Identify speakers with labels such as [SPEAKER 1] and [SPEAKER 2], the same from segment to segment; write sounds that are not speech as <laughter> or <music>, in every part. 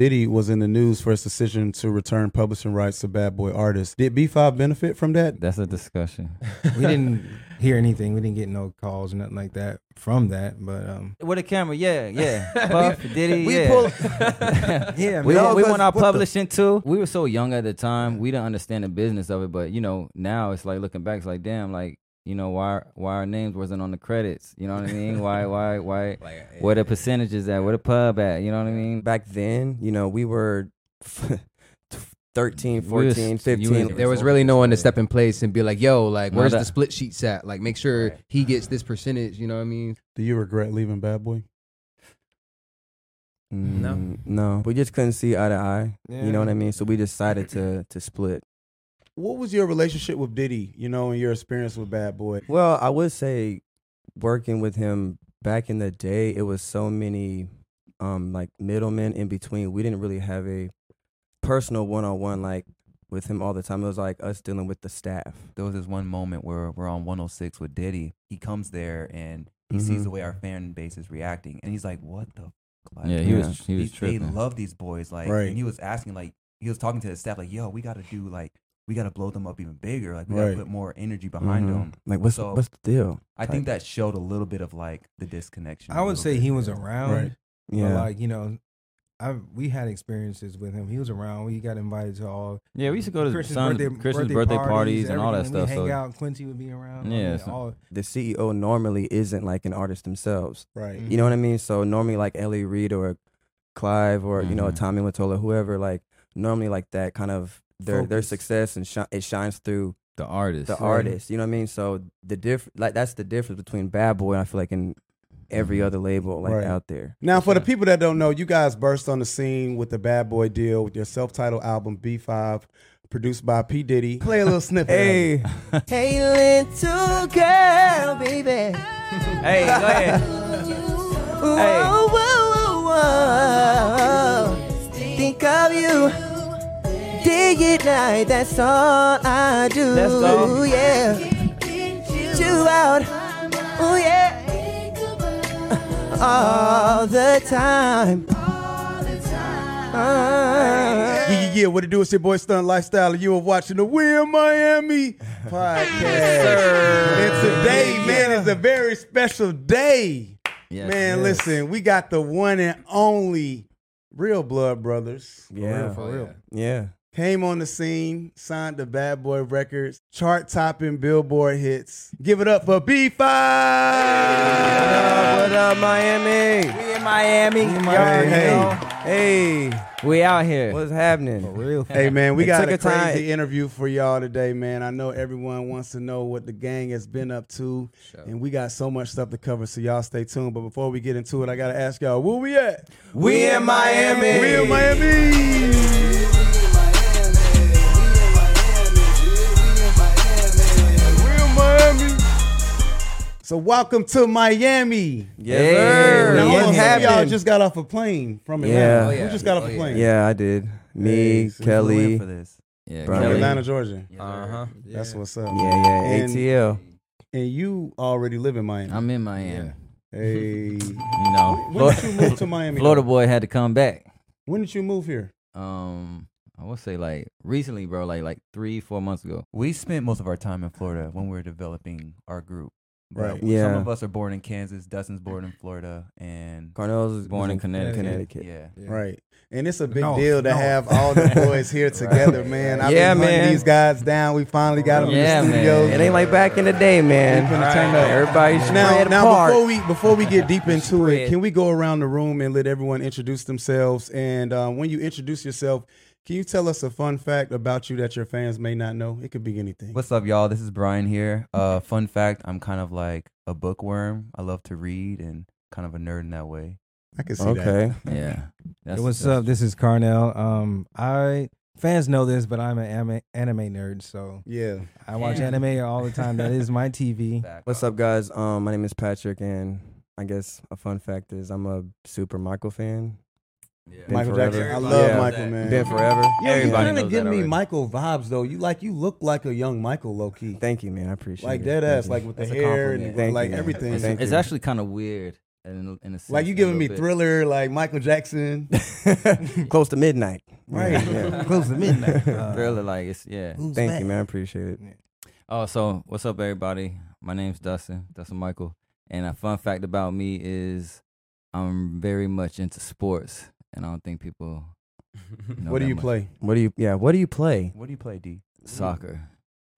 [SPEAKER 1] Diddy was in the news for its decision to return publishing rights to bad boy artists. Did B5 benefit from that?
[SPEAKER 2] That's a discussion.
[SPEAKER 3] we <laughs> didn't hear anything. We didn't get no calls or nothing like that from that. But um,
[SPEAKER 2] <laughs> With a camera, yeah, <laughs> yeah. Puff, Diddy,
[SPEAKER 4] we
[SPEAKER 2] yeah.
[SPEAKER 4] pull-
[SPEAKER 2] <laughs>
[SPEAKER 3] yeah,
[SPEAKER 2] we,
[SPEAKER 4] No,
[SPEAKER 2] we
[SPEAKER 4] because
[SPEAKER 2] want our
[SPEAKER 4] what the-
[SPEAKER 2] publishing too. We were so young at the time, we didn't understand the business of it. But you know, now it's like looking back, it's like damn, like you know, why why our names wasn't on the credits? You know what I mean? <laughs> Why why why?
[SPEAKER 4] Like,
[SPEAKER 2] Where the percentages at? Where the pub at? You know what I mean?
[SPEAKER 4] back then, you know, we were <laughs>
[SPEAKER 2] We was-
[SPEAKER 4] 13, 14,
[SPEAKER 2] you was-
[SPEAKER 4] 15.
[SPEAKER 5] There was really no one to step in place and be like, yo, like,
[SPEAKER 2] No,
[SPEAKER 5] where's
[SPEAKER 2] that-
[SPEAKER 5] the split sheets at? Like, make sure he gets this percentage. You know what I mean?
[SPEAKER 1] Do you regret leaving Bad Boy?
[SPEAKER 4] No, Mm, no, we just couldn't see eye to eye. You know what I mean? So we decided to to split.
[SPEAKER 1] What was your relationship with Diddy, you know, and your experience with Bad Boy?
[SPEAKER 4] Well, I would say working with him back in the day, it was so many um like middlemen in between. We didn't really have a personal one on one like with him all the time. It was like us dealing with the staff.
[SPEAKER 6] there was this one moment where we're on 106 with Diddy. He comes there and he
[SPEAKER 4] Mhm.
[SPEAKER 5] Mm-hmm.
[SPEAKER 6] sees the way our fan base is reacting, and he's like, "What the?" Fuck? Like,
[SPEAKER 2] Yeah, he
[SPEAKER 4] Yeah.
[SPEAKER 2] was he was
[SPEAKER 6] these- they
[SPEAKER 2] tripping.
[SPEAKER 6] love these boys, like,
[SPEAKER 1] Right.
[SPEAKER 6] and he was asking, like, he was talking to the staff, like, "Yo, we got to do like, we got to blow them up even bigger. Like, we got to
[SPEAKER 1] Right.
[SPEAKER 6] put more energy behind
[SPEAKER 4] Mhm.
[SPEAKER 6] them."
[SPEAKER 4] Like what's
[SPEAKER 6] So-
[SPEAKER 4] what's the deal?
[SPEAKER 6] I think that showed a little bit of like the disconnection.
[SPEAKER 3] I
[SPEAKER 6] a
[SPEAKER 2] Oh,
[SPEAKER 3] would
[SPEAKER 6] little
[SPEAKER 3] say
[SPEAKER 6] bit.
[SPEAKER 3] he was around.
[SPEAKER 1] Right.
[SPEAKER 3] But
[SPEAKER 4] Yeah.
[SPEAKER 3] like you know, I we had experiences with him. He was around. We got invited to all
[SPEAKER 2] Yeah, we used to go to
[SPEAKER 3] Christian's
[SPEAKER 2] some
[SPEAKER 3] birthday,
[SPEAKER 2] Christian's birthday parties, and all that
[SPEAKER 3] everything.
[SPEAKER 2] stuff.
[SPEAKER 3] We'd hang
[SPEAKER 2] So
[SPEAKER 3] out. Quincy would be around.
[SPEAKER 2] Yeah,
[SPEAKER 3] Yeah,
[SPEAKER 2] so-
[SPEAKER 3] all,
[SPEAKER 4] The CEO normally isn't like an artist themselves.
[SPEAKER 3] <laughs>
[SPEAKER 1] Right.
[SPEAKER 4] You know what I mean? So normally like Ellie Reed or Clive or you know
[SPEAKER 2] Mhm.
[SPEAKER 4] Tommy Latola, whoever like normally like that kind of their their
[SPEAKER 3] Focus.
[SPEAKER 4] success and shi- it shines through
[SPEAKER 2] the artist,
[SPEAKER 4] the artist. You know what I mean? So the diff like that's the difference between Bad Boy. I feel like in every
[SPEAKER 2] Mhm.
[SPEAKER 4] other label like
[SPEAKER 1] Right.
[SPEAKER 4] out there.
[SPEAKER 1] Now, for the people that don't know, you guys burst on the scene with the Bad Boy deal with your self-titled album B5, produced by P Diddy. Play a little snippet. of it.
[SPEAKER 4] Hey, hey, little girl, baby.
[SPEAKER 2] Hey, go ahead.
[SPEAKER 4] Whoa, whoa, whoa, whoa. Think of you. Dig it like that's all I do.
[SPEAKER 2] Let's go.
[SPEAKER 4] Yeah. You out. Oh, yeah. All the time. Ah.
[SPEAKER 1] Yeah, yeah, yeah. What it do? It's your boy Stunt Lifestyle, and you are watching the We in Miami podcast. And today, man, is a very special day.
[SPEAKER 2] Yes,
[SPEAKER 1] man,
[SPEAKER 2] yes.
[SPEAKER 1] listen, we got the one and only Real Blood Brothers.
[SPEAKER 4] Yeah.
[SPEAKER 5] Oh, yeah.
[SPEAKER 4] Yeah.
[SPEAKER 1] Came on the scene, signed to Bad Boy Records, chart topping Billboard hits. Give it up for B5.
[SPEAKER 4] What up, Miami?
[SPEAKER 2] We in Miami. Y'all already know.
[SPEAKER 4] Hey, hey,
[SPEAKER 2] We out here.
[SPEAKER 4] what's happening?
[SPEAKER 3] real.
[SPEAKER 1] Hey man, we
[SPEAKER 4] It
[SPEAKER 1] got
[SPEAKER 4] took
[SPEAKER 1] a
[SPEAKER 4] a time-
[SPEAKER 1] crazy interview for y'all today, man. I know everyone wants to know what the gang has been up to, and we got so much stuff to cover, so y'all stay tuned. But before we get into it, I gotta ask y'all, where we at?
[SPEAKER 4] We in Miami.
[SPEAKER 1] We in Miami. We in Miami. So welcome to Miami.
[SPEAKER 4] Yes,
[SPEAKER 2] Hey,
[SPEAKER 4] sir.
[SPEAKER 1] Now, hold on, some
[SPEAKER 2] Miami.
[SPEAKER 4] What's
[SPEAKER 1] of y'all
[SPEAKER 4] happening?
[SPEAKER 1] just got off a plane from Atlanta.
[SPEAKER 4] Yeah. Oh,
[SPEAKER 1] Who
[SPEAKER 5] yeah.
[SPEAKER 1] just got off
[SPEAKER 5] Oh,
[SPEAKER 1] a
[SPEAKER 5] yeah.
[SPEAKER 1] plane?
[SPEAKER 4] Yeah, I did. Me,
[SPEAKER 1] Hey, so you
[SPEAKER 6] We flew in
[SPEAKER 4] Kelly.
[SPEAKER 6] for this.
[SPEAKER 2] yeah,
[SPEAKER 4] Bro.
[SPEAKER 1] From
[SPEAKER 2] Kelly.
[SPEAKER 1] Atlanta, Georgia.
[SPEAKER 5] Uh
[SPEAKER 2] Uh-huh.
[SPEAKER 5] huh.
[SPEAKER 1] That's what's up.
[SPEAKER 4] Yeah, yeah,
[SPEAKER 1] And-
[SPEAKER 4] ATL.
[SPEAKER 1] And you already live in Miami.
[SPEAKER 2] I'm in Miami.
[SPEAKER 4] <laughs>
[SPEAKER 1] Hey.
[SPEAKER 2] You know,
[SPEAKER 1] When did you move to Miami?
[SPEAKER 2] Florida boy had to come back.
[SPEAKER 1] When did you move here?
[SPEAKER 2] Um, I would say like recently, bro, like like three, four months ago.
[SPEAKER 6] We spent most of our time in Florida when we were developing our group.
[SPEAKER 1] Right.
[SPEAKER 6] But Some
[SPEAKER 4] Yeah.
[SPEAKER 6] of us are born in Kansas. Dustin's born in Florida, and
[SPEAKER 4] Cornell's was
[SPEAKER 2] Born in Connecticut.
[SPEAKER 4] Connecticut.
[SPEAKER 6] yeah,
[SPEAKER 1] Right. And it's a big
[SPEAKER 3] No,
[SPEAKER 1] deal to
[SPEAKER 3] no.
[SPEAKER 1] have all
[SPEAKER 4] <laughs>
[SPEAKER 1] the boys here together, man. I've
[SPEAKER 4] Yeah,
[SPEAKER 1] been hunting
[SPEAKER 4] man.
[SPEAKER 1] these guys down. We finally got them
[SPEAKER 2] Yeah,
[SPEAKER 1] in the
[SPEAKER 2] man.
[SPEAKER 1] studio.
[SPEAKER 4] It ain't like back in the day, man.
[SPEAKER 1] We finna turn up.
[SPEAKER 4] Everybody spread
[SPEAKER 1] now, now
[SPEAKER 4] apart.
[SPEAKER 1] before we before we get deep into it,
[SPEAKER 4] Spread.
[SPEAKER 1] can we go around the room and let everyone introduce themselves? And uh, when you introduce yourself, can you tell us a fun fact about you that your fans may not know? It could be anything.
[SPEAKER 6] What's up, y'all? This is Brian here. Uh, fun fact: I'm kind of like a bookworm. I love to read and kind of a nerd in that way.
[SPEAKER 1] I can see that.
[SPEAKER 4] <laughs> okay.
[SPEAKER 2] Yeah. That's,
[SPEAKER 3] what's
[SPEAKER 2] that's-
[SPEAKER 3] up? This is Carnell. Um, I fans know this, but I'm an anime, anime nerd, so
[SPEAKER 1] Yeah.
[SPEAKER 3] I watch
[SPEAKER 2] Yeah.
[SPEAKER 3] anime all the time. That is my
[SPEAKER 2] <laughs>
[SPEAKER 3] TV.
[SPEAKER 4] What's up, guys? Um, my name is Patrick, and I guess a fun fact is I'm a super Michael fan. Been
[SPEAKER 1] Michael
[SPEAKER 4] forever.
[SPEAKER 1] Jackson. I
[SPEAKER 4] Everybody
[SPEAKER 1] love
[SPEAKER 4] knows
[SPEAKER 1] Michael,
[SPEAKER 6] that.
[SPEAKER 1] man.
[SPEAKER 4] Been forever.
[SPEAKER 1] Yo,
[SPEAKER 2] Everybody
[SPEAKER 1] you kind
[SPEAKER 2] knows
[SPEAKER 1] of give
[SPEAKER 2] that
[SPEAKER 1] me
[SPEAKER 2] already.
[SPEAKER 1] Michael vibes though. You like you look like a young Michael low key,
[SPEAKER 4] Thank you, man. I appreciate
[SPEAKER 1] like
[SPEAKER 4] it.
[SPEAKER 1] dead
[SPEAKER 4] Thank
[SPEAKER 1] ass,
[SPEAKER 4] you.
[SPEAKER 1] like with the
[SPEAKER 6] That's a
[SPEAKER 1] hair
[SPEAKER 6] compliment.
[SPEAKER 1] and
[SPEAKER 4] Thank
[SPEAKER 1] like
[SPEAKER 4] you, man.
[SPEAKER 1] everything.
[SPEAKER 2] It's,
[SPEAKER 4] Thank
[SPEAKER 2] it's
[SPEAKER 4] you.
[SPEAKER 2] actually kind of weird in, in a sense,
[SPEAKER 1] Like you
[SPEAKER 2] a
[SPEAKER 1] giving me
[SPEAKER 2] little bit.
[SPEAKER 1] Thriller, like Michael <laughs> Jackson.
[SPEAKER 4] Close to midnight.
[SPEAKER 1] Right. <laughs>
[SPEAKER 4] Yeah.
[SPEAKER 3] Close to midnight. Uh,
[SPEAKER 2] Thriller, like it's yeah.
[SPEAKER 3] who's
[SPEAKER 4] Thank
[SPEAKER 3] back?
[SPEAKER 4] you, man. I appreciate it.
[SPEAKER 2] Oh, so what's up, everybody? My name's Dustin, Dustin Michael, and a fun fact about me is I'm very much into sports, and I don't
[SPEAKER 1] <laughs>
[SPEAKER 2] think people. know
[SPEAKER 1] what do
[SPEAKER 2] that
[SPEAKER 1] you
[SPEAKER 2] much.
[SPEAKER 1] play?
[SPEAKER 4] What do you? Yeah. What do you play?
[SPEAKER 6] What do you play, D?
[SPEAKER 2] Soccer,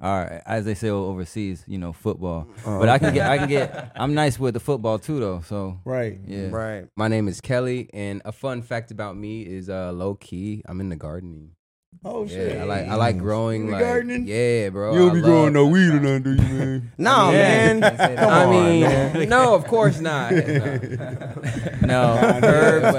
[SPEAKER 2] or as they say overseas, you know,
[SPEAKER 1] <laughs>
[SPEAKER 2] football.
[SPEAKER 4] Oh,
[SPEAKER 2] But I
[SPEAKER 4] okay.
[SPEAKER 2] can get, I can get. I'm nice with the football too, though. So
[SPEAKER 1] Right.
[SPEAKER 6] <laughs>
[SPEAKER 2] yeah,
[SPEAKER 4] Um, Right.
[SPEAKER 5] My name is Kelly, and a fun fact about me is uh, low key. I'm into gardening.
[SPEAKER 1] Oh
[SPEAKER 5] Yeah,
[SPEAKER 1] shit.
[SPEAKER 5] I like I like growing.
[SPEAKER 1] You
[SPEAKER 5] Like,
[SPEAKER 1] gardening?
[SPEAKER 5] Yeah, bro.
[SPEAKER 1] you don't
[SPEAKER 5] I
[SPEAKER 1] be
[SPEAKER 5] love-
[SPEAKER 1] growing no weed or nothing, do you,
[SPEAKER 5] <laughs>
[SPEAKER 1] man?
[SPEAKER 4] No, man. Come
[SPEAKER 5] I
[SPEAKER 4] on,
[SPEAKER 5] mean,
[SPEAKER 4] man.
[SPEAKER 5] <laughs> no, of course
[SPEAKER 1] <laughs>
[SPEAKER 2] <laughs>
[SPEAKER 5] not. No,
[SPEAKER 2] No,
[SPEAKER 5] herbs.
[SPEAKER 2] herbs,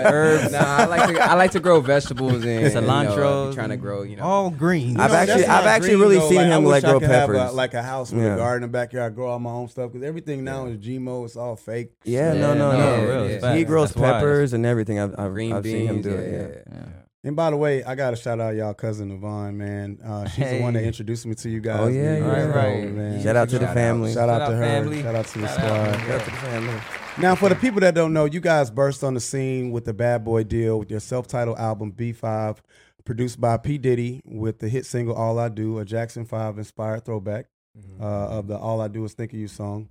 [SPEAKER 2] herbs.
[SPEAKER 5] Nah, I like to I like to grow vegetables and
[SPEAKER 2] <laughs>
[SPEAKER 5] You know,
[SPEAKER 2] Cilantros.
[SPEAKER 5] trying to grow, you know.
[SPEAKER 1] Oh,
[SPEAKER 3] All green.
[SPEAKER 4] I've
[SPEAKER 1] You know,
[SPEAKER 4] actually-
[SPEAKER 1] that's my
[SPEAKER 4] I've actually
[SPEAKER 1] dream,
[SPEAKER 4] really
[SPEAKER 1] though.
[SPEAKER 4] seen
[SPEAKER 1] I
[SPEAKER 4] him,
[SPEAKER 1] wish
[SPEAKER 4] like,
[SPEAKER 1] I
[SPEAKER 4] grow
[SPEAKER 1] could have a-
[SPEAKER 4] peppers.
[SPEAKER 1] like a house with
[SPEAKER 4] Yeah.
[SPEAKER 1] a garden in the backyard, grow all my own stuff because everything now is GMO. It's all fake.
[SPEAKER 4] Yeah,
[SPEAKER 2] Yeah,
[SPEAKER 4] no, no,
[SPEAKER 2] no,
[SPEAKER 4] no.
[SPEAKER 5] for real, it's
[SPEAKER 4] He
[SPEAKER 2] facts.
[SPEAKER 4] grows
[SPEAKER 2] That's wise.
[SPEAKER 4] peppers and everything. I've, I've,
[SPEAKER 5] green
[SPEAKER 4] I've
[SPEAKER 5] beans.
[SPEAKER 4] seen him do
[SPEAKER 5] yeah,
[SPEAKER 4] it. Yeah.
[SPEAKER 5] yeah.
[SPEAKER 2] yeah.
[SPEAKER 1] And by the way, I gotta shout out y'all cousin Yvonne, man. Uh, she's the one that
[SPEAKER 2] Hey.
[SPEAKER 1] introduced me to you guys.
[SPEAKER 4] Oh, yeah,
[SPEAKER 1] man.
[SPEAKER 4] yeah.
[SPEAKER 1] That's
[SPEAKER 2] Right,
[SPEAKER 1] dope,
[SPEAKER 2] right.
[SPEAKER 1] man.
[SPEAKER 4] Shout out to the
[SPEAKER 2] Shout out.
[SPEAKER 4] family.
[SPEAKER 1] Shout out
[SPEAKER 2] Shout
[SPEAKER 1] to
[SPEAKER 2] out
[SPEAKER 1] her.
[SPEAKER 2] family.
[SPEAKER 1] Shout out to the
[SPEAKER 2] Shout out.
[SPEAKER 1] squad.
[SPEAKER 4] Shout out to the family.
[SPEAKER 1] Now, for the people that don't know, you guys burst on the scene with the Bad Boy deal with your self-titled album B5, produced by P Diddy, with the hit single "All I Do," a Jackson Five inspired throwback
[SPEAKER 4] Mm-hmm.
[SPEAKER 1] uh, of the "All I Do Is Think of You" song.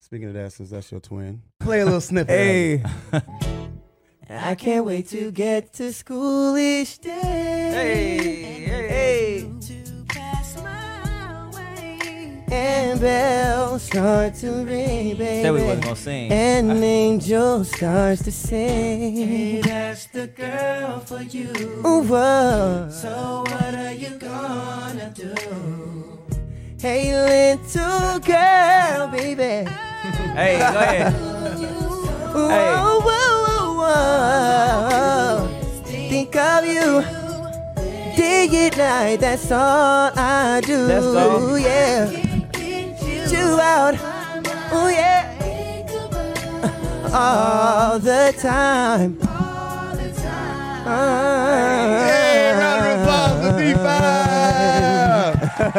[SPEAKER 1] Speaking of that, since that's your twin, play a little snippet. of it.
[SPEAKER 4] Hey. I can't wait to get to school each day. Hey, hey. And bells start to ring, baby.
[SPEAKER 2] Said we wasn't gonna sing.
[SPEAKER 4] And an angel starts to sing.
[SPEAKER 7] That's the girl for you.
[SPEAKER 4] Ooh, whoa.
[SPEAKER 7] So what are you gonna do?
[SPEAKER 4] Hey, little girl, baby.
[SPEAKER 2] Hey, go ahead.
[SPEAKER 4] Ooh,
[SPEAKER 2] Hey.
[SPEAKER 4] whoa, whoa, whoa, whoa. Think of you. Dig it night, that's all I do.
[SPEAKER 2] That's all.
[SPEAKER 4] Yeah. Chew out. Ooh, yeah. All the time. Uh.
[SPEAKER 1] Hey, round of applause for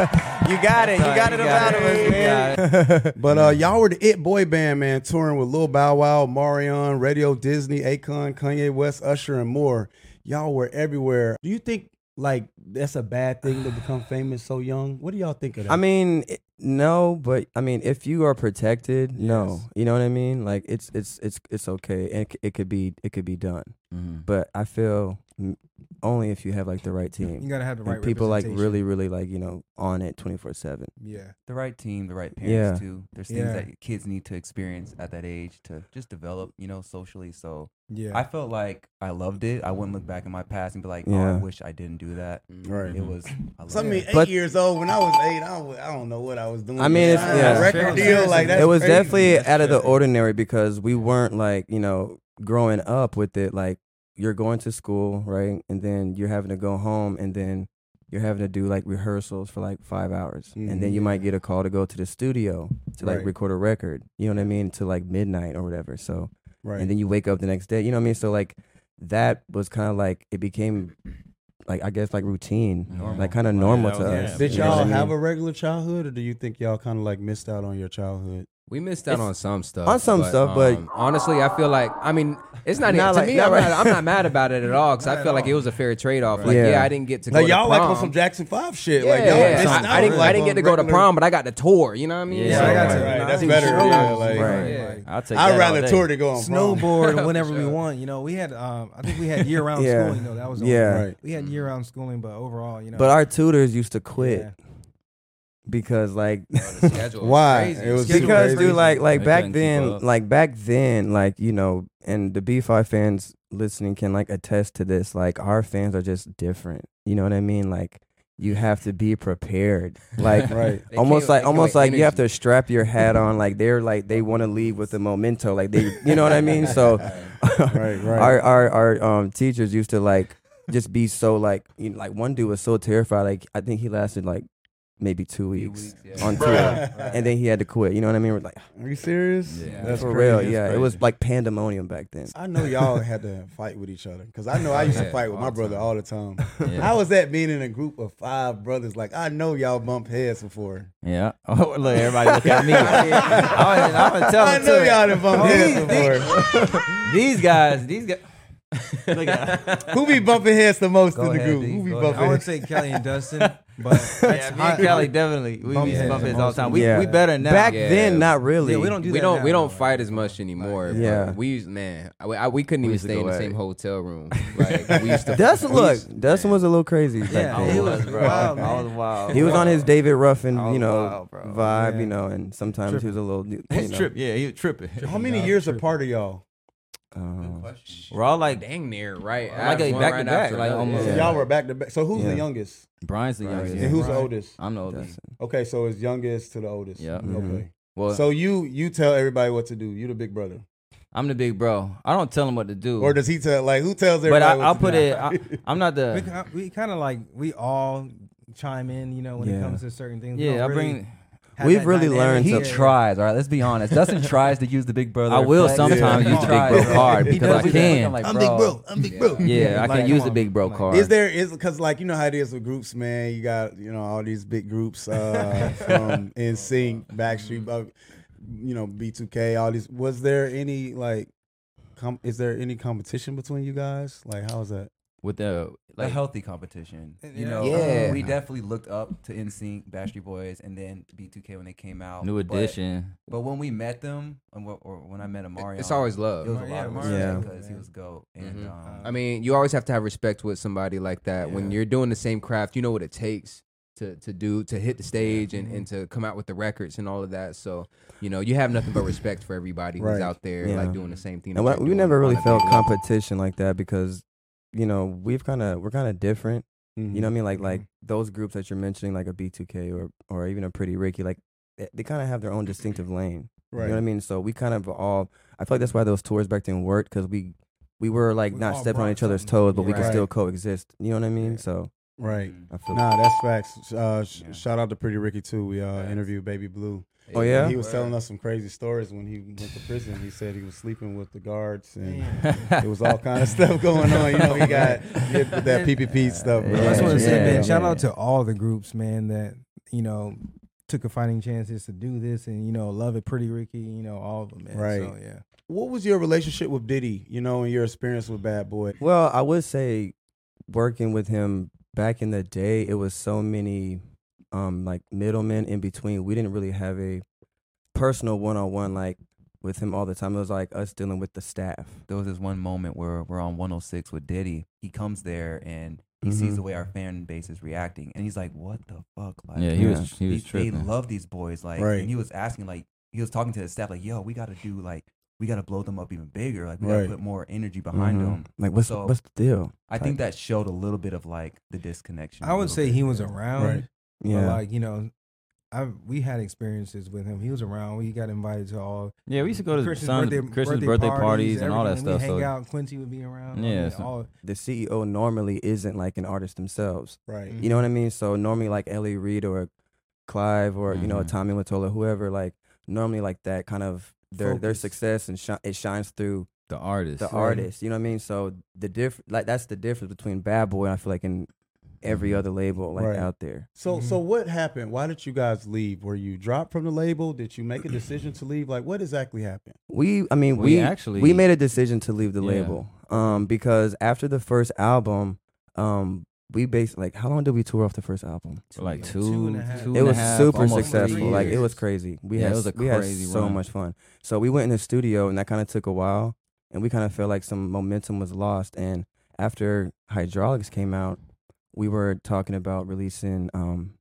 [SPEAKER 1] <laughs> B5.
[SPEAKER 4] You got it. You got it about us, man.
[SPEAKER 1] But uh, y'all were the it boy band, man, touring with Lil Bow Wow, Marion, Radio Disney, Akon, Kanye West, Usher, and more. Y'all were everywhere. Do you think like that's a bad thing to become famous so young? What do y'all think of that?
[SPEAKER 4] I mean, i- no, but I mean, if you are protected, no, you know what I mean. Like it's it's it's it's okay, and it, c- it could be it could be done.
[SPEAKER 3] Mm-hmm.
[SPEAKER 4] But I feel m- only if you have like the right team
[SPEAKER 3] You gotta have the right
[SPEAKER 4] and people like
[SPEAKER 3] representation.
[SPEAKER 4] really really like you know on it twenty four seven.
[SPEAKER 3] Yeah.
[SPEAKER 6] The right team, the right parents
[SPEAKER 4] Yeah.
[SPEAKER 6] too. There's
[SPEAKER 3] Yeah.
[SPEAKER 6] things that kids need to experience at that age to just develop, you know, socially. So
[SPEAKER 3] Yeah.
[SPEAKER 6] I felt like I loved it. I wouldn't look back in my past and be like, "Oh, I
[SPEAKER 4] Yeah.
[SPEAKER 6] wish I didn't do that."
[SPEAKER 1] Right.
[SPEAKER 6] It was. I loved
[SPEAKER 1] So, I mean,
[SPEAKER 6] it.
[SPEAKER 1] eight
[SPEAKER 4] But-
[SPEAKER 1] years old. When I was eight, I, was, I don't know what I was doing.
[SPEAKER 4] I mean, it's-
[SPEAKER 1] Signing a
[SPEAKER 4] yeah.
[SPEAKER 1] record deal like that.
[SPEAKER 4] it was definitely out of the ordinary because we weren't like you know growing up with it like you're going to school right and then you're having to go home and then you're having to do like rehearsals for like five hours and then you might get a call to go to the studio to like
[SPEAKER 1] Right.
[SPEAKER 4] record a record you know what i mean to like midnight or whatever so
[SPEAKER 1] Right.
[SPEAKER 4] and then you wake up the next day you know what i mean so like that was kind of like it became like i guess like routine like kind of normal to us
[SPEAKER 1] Did
[SPEAKER 4] you know what
[SPEAKER 1] y'all
[SPEAKER 4] I
[SPEAKER 1] have
[SPEAKER 4] mean?
[SPEAKER 1] a regular childhood, or do you think y'all kind of like missed out on your childhood?
[SPEAKER 5] We missed out on some stuff. um,
[SPEAKER 4] on some stuff, but-
[SPEAKER 5] honestly, I feel like I mean, it's not,
[SPEAKER 4] Not
[SPEAKER 5] to
[SPEAKER 4] like-
[SPEAKER 5] me.
[SPEAKER 4] not
[SPEAKER 5] I'm,
[SPEAKER 4] right.
[SPEAKER 5] not, I'm not mad about it at all
[SPEAKER 1] <laughs>
[SPEAKER 5] because I feel like it was a fair trade off. Like, yeah.
[SPEAKER 4] Yeah.
[SPEAKER 5] I didn't get to go
[SPEAKER 1] Like
[SPEAKER 5] to
[SPEAKER 1] y'all
[SPEAKER 5] prom.
[SPEAKER 1] like on some Jackson Five shit.
[SPEAKER 5] yeah,
[SPEAKER 1] like y'all
[SPEAKER 5] yeah.
[SPEAKER 1] missed
[SPEAKER 5] So I-
[SPEAKER 1] out,
[SPEAKER 5] I, didn't,
[SPEAKER 1] like,
[SPEAKER 5] I didn't get
[SPEAKER 1] on
[SPEAKER 5] to go to
[SPEAKER 1] regular-
[SPEAKER 5] prom, but I got the tour. You know what I mean?
[SPEAKER 2] Yeah,
[SPEAKER 5] So,
[SPEAKER 1] I got
[SPEAKER 5] like,
[SPEAKER 1] to- right,
[SPEAKER 3] I
[SPEAKER 1] that's
[SPEAKER 3] do
[SPEAKER 1] better,
[SPEAKER 3] shows,
[SPEAKER 1] yeah, like-
[SPEAKER 3] right,
[SPEAKER 5] Yeah.
[SPEAKER 3] like,
[SPEAKER 2] I'll take that
[SPEAKER 1] I'd
[SPEAKER 2] all
[SPEAKER 1] rather
[SPEAKER 2] day.
[SPEAKER 1] tour to go on prom. <laughs>
[SPEAKER 3] snowboard whenever we want. You know, we had um, I think we had year round
[SPEAKER 4] Yeah.
[SPEAKER 3] schooling though. That was the
[SPEAKER 4] Yeah.
[SPEAKER 3] only-
[SPEAKER 1] Right.
[SPEAKER 3] We had year round schooling, but overall, you know,
[SPEAKER 4] But our tutors used to quit
[SPEAKER 3] Yeah.
[SPEAKER 4] because like
[SPEAKER 2] Oh,
[SPEAKER 4] <laughs>
[SPEAKER 5] the schedule was
[SPEAKER 1] Why?
[SPEAKER 5] crazy.
[SPEAKER 1] It was
[SPEAKER 5] Schedule
[SPEAKER 4] because
[SPEAKER 1] crazy.
[SPEAKER 4] dude like like
[SPEAKER 2] They
[SPEAKER 4] back
[SPEAKER 2] couldn't keep
[SPEAKER 4] then
[SPEAKER 2] up.
[SPEAKER 4] like back then like you know and the B5 fans listening can like attest to this like our fans are just different. You know what I mean? Like you have to be prepared.
[SPEAKER 1] <laughs>
[SPEAKER 4] Like
[SPEAKER 1] Right.
[SPEAKER 5] They
[SPEAKER 4] almost
[SPEAKER 5] came-
[SPEAKER 4] like
[SPEAKER 5] they
[SPEAKER 4] almost
[SPEAKER 5] came
[SPEAKER 4] like
[SPEAKER 5] with
[SPEAKER 4] you have
[SPEAKER 5] energy.
[SPEAKER 4] to strap your hat on like they're like they want to leave with a memento like they you know what I
[SPEAKER 1] <laughs>
[SPEAKER 4] mean? <laughs> So <laughs>
[SPEAKER 1] Right, right.
[SPEAKER 4] our our our um teachers used to like just be so like you know, like one dude was so terrified like I think he lasted like maybe two
[SPEAKER 6] Few
[SPEAKER 4] weeks,
[SPEAKER 6] weeks, yeah.
[SPEAKER 4] on tour,
[SPEAKER 1] Bruh.
[SPEAKER 4] and then he had to quit. You know what I mean? We're like
[SPEAKER 1] Are you serious?
[SPEAKER 2] Yeah.
[SPEAKER 1] That's
[SPEAKER 4] for
[SPEAKER 1] crazy.
[SPEAKER 4] real,
[SPEAKER 1] That's
[SPEAKER 4] yeah. It
[SPEAKER 1] crazy.
[SPEAKER 4] was like pandemonium back then.
[SPEAKER 1] I know y'all had to fight with each other because I know I used to
[SPEAKER 2] yeah,
[SPEAKER 1] fight with
[SPEAKER 2] all
[SPEAKER 1] my
[SPEAKER 2] the
[SPEAKER 1] brother
[SPEAKER 2] time.
[SPEAKER 1] all the time.
[SPEAKER 2] Yeah.
[SPEAKER 1] How was that being in a group of five brothers? Like I know y'all bump heads before.
[SPEAKER 2] Yeah. <laughs> Oh, look, everybody look
[SPEAKER 1] <laughs>
[SPEAKER 2] at me. I'm gonna tell
[SPEAKER 1] I
[SPEAKER 2] them
[SPEAKER 1] know
[SPEAKER 2] too.
[SPEAKER 1] y'all done bumped heads before.
[SPEAKER 2] These guys, these guys. <laughs>
[SPEAKER 1] Who be bumping heads the most
[SPEAKER 6] Go
[SPEAKER 1] in the
[SPEAKER 6] ahead,
[SPEAKER 1] group?
[SPEAKER 6] D,
[SPEAKER 1] Who be
[SPEAKER 6] go ahead.
[SPEAKER 1] bumping
[SPEAKER 3] I
[SPEAKER 1] <laughs>
[SPEAKER 3] would
[SPEAKER 1] heads?
[SPEAKER 3] say Kelly and Dustin, but that's
[SPEAKER 2] Yeah, me and
[SPEAKER 3] high-
[SPEAKER 2] Kelly definitely. We
[SPEAKER 3] Bump
[SPEAKER 2] bump
[SPEAKER 3] heads
[SPEAKER 2] bump
[SPEAKER 3] the
[SPEAKER 2] heads all the time. We,
[SPEAKER 4] most.
[SPEAKER 2] we
[SPEAKER 4] Yeah.
[SPEAKER 2] better now.
[SPEAKER 4] back
[SPEAKER 5] Yeah.
[SPEAKER 4] then, not really.
[SPEAKER 3] Yeah, we don't do
[SPEAKER 5] we
[SPEAKER 3] that
[SPEAKER 5] don't
[SPEAKER 3] now,
[SPEAKER 5] we don't
[SPEAKER 3] though.
[SPEAKER 5] fight as much anymore. but
[SPEAKER 4] Yeah.
[SPEAKER 5] we used man, I, I- we couldn't
[SPEAKER 6] We
[SPEAKER 5] even
[SPEAKER 6] used to
[SPEAKER 5] stay in
[SPEAKER 6] go
[SPEAKER 5] the
[SPEAKER 6] at
[SPEAKER 5] same
[SPEAKER 6] it.
[SPEAKER 2] <laughs>
[SPEAKER 5] hotel room. Like we used to.
[SPEAKER 4] Dustin,
[SPEAKER 5] we
[SPEAKER 4] look,
[SPEAKER 5] used-
[SPEAKER 4] Dustin
[SPEAKER 5] man.
[SPEAKER 4] was a little crazy back
[SPEAKER 3] Yeah,
[SPEAKER 4] then.
[SPEAKER 3] he was
[SPEAKER 6] bro.
[SPEAKER 3] wild,
[SPEAKER 6] I
[SPEAKER 3] man.
[SPEAKER 6] was wild.
[SPEAKER 4] He was on his David Ruffin,
[SPEAKER 6] I
[SPEAKER 4] you
[SPEAKER 6] was
[SPEAKER 4] know,
[SPEAKER 6] wild, bro.
[SPEAKER 4] vibe,
[SPEAKER 3] Yeah.
[SPEAKER 4] you know, and sometimes he was a little. You
[SPEAKER 6] His
[SPEAKER 4] know,
[SPEAKER 6] trip, yeah, he was tripping.
[SPEAKER 1] How many years apart are y'all?
[SPEAKER 4] um,
[SPEAKER 2] We're all like,
[SPEAKER 5] dang near right.
[SPEAKER 2] Like,
[SPEAKER 5] after-
[SPEAKER 2] like,
[SPEAKER 5] one
[SPEAKER 2] back to
[SPEAKER 5] right
[SPEAKER 2] back,
[SPEAKER 5] after
[SPEAKER 2] like,
[SPEAKER 5] another.
[SPEAKER 2] almost.
[SPEAKER 1] So
[SPEAKER 2] Yeah.
[SPEAKER 1] Y'all were back to back. So who's
[SPEAKER 4] Yeah.
[SPEAKER 1] the youngest
[SPEAKER 2] Brian's the
[SPEAKER 6] Brian's
[SPEAKER 2] youngest.
[SPEAKER 6] the
[SPEAKER 1] and who's the
[SPEAKER 3] Brian.
[SPEAKER 1] oldest?
[SPEAKER 2] I'm the oldest.
[SPEAKER 4] Dustin.
[SPEAKER 1] Okay, so it's youngest to the oldest.
[SPEAKER 2] Yeah. Mm-hmm.
[SPEAKER 1] Okay.
[SPEAKER 4] Mhm.
[SPEAKER 2] Well,
[SPEAKER 1] So you you tell everybody what to do. You the big brother,
[SPEAKER 2] I'm the big bro. I don't tell him what to do.
[SPEAKER 1] or does he tell? Like who tells everybody?
[SPEAKER 2] but I,
[SPEAKER 1] what
[SPEAKER 2] I'll
[SPEAKER 1] to
[SPEAKER 2] put
[SPEAKER 1] do?
[SPEAKER 2] it. I, I'm not
[SPEAKER 3] we,
[SPEAKER 2] the.
[SPEAKER 3] ki- we kind of like we all chime in, you know, when it
[SPEAKER 4] Yeah.
[SPEAKER 3] comes to certain things. We
[SPEAKER 2] Yeah, I
[SPEAKER 3] don't really
[SPEAKER 2] bring.
[SPEAKER 3] have
[SPEAKER 4] We've
[SPEAKER 3] that
[SPEAKER 4] really
[SPEAKER 3] dynamic
[SPEAKER 4] learned
[SPEAKER 6] He
[SPEAKER 4] to
[SPEAKER 3] yet.
[SPEAKER 6] tries. All right, let's be honest.
[SPEAKER 3] <laughs>
[SPEAKER 6] Dustin tries to use the big brother.
[SPEAKER 2] I will
[SPEAKER 6] flex.
[SPEAKER 2] sometimes
[SPEAKER 6] He
[SPEAKER 2] use the big
[SPEAKER 6] tries.
[SPEAKER 2] bro card
[SPEAKER 6] He
[SPEAKER 2] because
[SPEAKER 6] does.
[SPEAKER 2] I
[SPEAKER 6] We just look
[SPEAKER 2] can.
[SPEAKER 6] at him
[SPEAKER 1] <laughs>
[SPEAKER 6] like,
[SPEAKER 1] I'm big bro. I'm big bro.
[SPEAKER 2] Yeah, I
[SPEAKER 3] Like,
[SPEAKER 2] can use
[SPEAKER 3] come
[SPEAKER 2] the big bro
[SPEAKER 3] on.
[SPEAKER 2] card.
[SPEAKER 1] Is there is because like you know how it is with groups, man. You got you know all these big groups
[SPEAKER 2] <laughs>
[SPEAKER 1] uh, from <laughs> NSYNC, Backstreet, uh, you know B2K. All these. Was there any like? Com- is there any competition between you guys? Like how is that?
[SPEAKER 2] with the
[SPEAKER 6] a
[SPEAKER 2] like
[SPEAKER 6] healthy competition. You know,
[SPEAKER 5] Yeah.
[SPEAKER 6] we definitely looked up to NSYNC, Backstreet Boys, and then B2K when they came out.
[SPEAKER 2] new
[SPEAKER 6] But-
[SPEAKER 2] edition.
[SPEAKER 6] But, when we met them, and wh- or when I met Amari,
[SPEAKER 5] It's always
[SPEAKER 6] it
[SPEAKER 5] love.
[SPEAKER 6] was a
[SPEAKER 3] Yeah,
[SPEAKER 6] lot of
[SPEAKER 3] Amari's
[SPEAKER 4] Yeah.
[SPEAKER 6] respect
[SPEAKER 3] good,
[SPEAKER 6] because he
[SPEAKER 3] man.
[SPEAKER 6] was goat. And
[SPEAKER 5] Mhm.
[SPEAKER 3] Uh,
[SPEAKER 6] um,
[SPEAKER 5] I mean, you always have to have respect with somebody like that. When
[SPEAKER 6] Yeah.
[SPEAKER 5] you're doing the same craft, you know what it takes to to do to hit the stage
[SPEAKER 2] mm-hmm.
[SPEAKER 5] and, and to come out with the records and all of that. So, you know, you have nothing but respect for everybody who's
[SPEAKER 1] Right.
[SPEAKER 5] out there
[SPEAKER 4] Yeah.
[SPEAKER 5] like doing the same
[SPEAKER 4] And
[SPEAKER 5] thing. that
[SPEAKER 4] what-
[SPEAKER 5] you're
[SPEAKER 4] we
[SPEAKER 5] doing
[SPEAKER 4] never
[SPEAKER 5] on
[SPEAKER 4] really
[SPEAKER 5] a
[SPEAKER 4] felt
[SPEAKER 5] daily level.
[SPEAKER 4] competition like that because, you know, we've kind of we're kind of different.
[SPEAKER 3] mm-hmm.
[SPEAKER 4] You know what I mean? Like like
[SPEAKER 6] Mm-hmm.
[SPEAKER 4] those groups that you're mentioning, like a B2K or or even a Pretty Ricky, like they, they kind of have their own distinctive lane.
[SPEAKER 1] <laughs> Right.
[SPEAKER 4] You know what I mean? So we kind of all. I feel like that's why those tours back then worked because we we were like
[SPEAKER 3] We
[SPEAKER 4] not
[SPEAKER 3] all
[SPEAKER 4] stepping on
[SPEAKER 3] brought
[SPEAKER 4] each other's
[SPEAKER 3] something.
[SPEAKER 4] toes, but we
[SPEAKER 1] Right.
[SPEAKER 4] could still coexist. You know what I mean? So
[SPEAKER 1] Right.
[SPEAKER 2] Mm.
[SPEAKER 4] I feel.
[SPEAKER 1] Nah, that's facts. Uh, sh-
[SPEAKER 6] Yeah.
[SPEAKER 1] Shout out to Pretty Ricky too. We uh, interviewed Baby Blue.
[SPEAKER 4] Oh, yeah?
[SPEAKER 1] He was
[SPEAKER 2] <laughs>
[SPEAKER 1] telling us some crazy stories when he went to prison. He said he was sleeping with the guards and it was all kind of stuff going on. You know, he
[SPEAKER 4] <laughs>
[SPEAKER 1] got hit with
[SPEAKER 2] <laughs>
[SPEAKER 1] that PPP stuff.
[SPEAKER 3] I just
[SPEAKER 4] Yeah,
[SPEAKER 3] want to say,
[SPEAKER 4] yeah,
[SPEAKER 3] man,
[SPEAKER 4] yeah.
[SPEAKER 3] shout out to all the groups, man, that you know took a fighting chances to do this, and you know, love it, Pretty Ricky, you know, all of them, man.
[SPEAKER 1] Right.
[SPEAKER 3] So yeah,
[SPEAKER 1] What was your relationship with Diddy? You know, and your experience with Bad Boy.
[SPEAKER 4] Well, I would say working with him back in the day, it was so many um like middlemen in between. We didn't really have a personal one on one like with him all the time. It was like us dealing with the staff.
[SPEAKER 6] there was this one moment where we're on 106 with Diddy. He comes there and he
[SPEAKER 4] Mhm.
[SPEAKER 2] Mm-hmm.
[SPEAKER 3] Mm-hmm.
[SPEAKER 6] sees the way our fan base is reacting, and he's like, "What the fuck?" Like,
[SPEAKER 2] Yeah, he was he was
[SPEAKER 6] these- they
[SPEAKER 2] tripping.
[SPEAKER 6] love these boys. Like,
[SPEAKER 1] Right.
[SPEAKER 6] and he was asking, like, he was talking to the staff, like, "Yo, we got to do like, we got to blow them up even bigger. Like, we got to
[SPEAKER 1] Right.
[SPEAKER 6] put more energy behind
[SPEAKER 2] Mm-hmm.
[SPEAKER 4] Mhm.
[SPEAKER 6] them."
[SPEAKER 4] Like what's
[SPEAKER 6] So-
[SPEAKER 4] what's the deal?
[SPEAKER 6] I think that showed a little bit of like the disconnection.
[SPEAKER 3] I
[SPEAKER 6] a
[SPEAKER 3] would
[SPEAKER 6] little
[SPEAKER 3] say
[SPEAKER 6] bit.
[SPEAKER 3] he was around,
[SPEAKER 1] Right.
[SPEAKER 3] but
[SPEAKER 4] Yeah.
[SPEAKER 3] like you know, I we had experiences with him. He was around. We got invited to all
[SPEAKER 2] Yeah, we used to go to
[SPEAKER 3] Christian's
[SPEAKER 2] son's
[SPEAKER 3] birthday,
[SPEAKER 2] Christian's birthday, parties, and all that
[SPEAKER 3] everything.
[SPEAKER 2] stuff.
[SPEAKER 3] We
[SPEAKER 2] So
[SPEAKER 3] hang out. Quincy would be around.
[SPEAKER 2] Yeah,
[SPEAKER 3] Yeah,
[SPEAKER 2] so-
[SPEAKER 3] all,
[SPEAKER 4] The CEO normally isn't like an artist themselves.
[SPEAKER 1] Right.
[SPEAKER 4] You
[SPEAKER 3] Mm-hmm.
[SPEAKER 4] know what I mean? So normally like Ellie Reed or Clive or you know
[SPEAKER 3] Mm-hmm.
[SPEAKER 2] Mhm.
[SPEAKER 4] Tommy Latola, whoever like normally like that kind of their their
[SPEAKER 3] Focus.
[SPEAKER 4] success and shi- it shines through
[SPEAKER 2] the artist,
[SPEAKER 4] the
[SPEAKER 2] Yeah.
[SPEAKER 4] artist. You know what I mean? So the diff like that's the difference between Bad Boy. I feel like in every other label like
[SPEAKER 1] Right.
[SPEAKER 4] out there.
[SPEAKER 1] So, so
[SPEAKER 4] Mm-hmm.
[SPEAKER 1] what happened? Why did you guys leave? Were you dropped from the label? Did you make a decision to leave? Like, what exactly happened?
[SPEAKER 4] We I mean
[SPEAKER 2] We
[SPEAKER 4] we,
[SPEAKER 2] actually-
[SPEAKER 4] actually we made a decision to leave the
[SPEAKER 2] Yeah.
[SPEAKER 4] label um because after the first album um we based like how long did we tour off the first album?
[SPEAKER 2] for like
[SPEAKER 3] Two
[SPEAKER 2] two,
[SPEAKER 3] and a half.
[SPEAKER 2] two
[SPEAKER 3] Two
[SPEAKER 4] It
[SPEAKER 2] and a
[SPEAKER 4] was
[SPEAKER 2] half,
[SPEAKER 4] super
[SPEAKER 2] almost three
[SPEAKER 4] successful. Like it
[SPEAKER 2] years.
[SPEAKER 4] was crazy. We
[SPEAKER 2] Yeah, it
[SPEAKER 4] had
[SPEAKER 2] was a
[SPEAKER 4] we had
[SPEAKER 2] crazy
[SPEAKER 4] so
[SPEAKER 2] run.
[SPEAKER 4] much fun. So we went in the studio and that kind of took a while and we kind of felt like some momentum was lost and after Hydraulics came out, we were talking about releasing um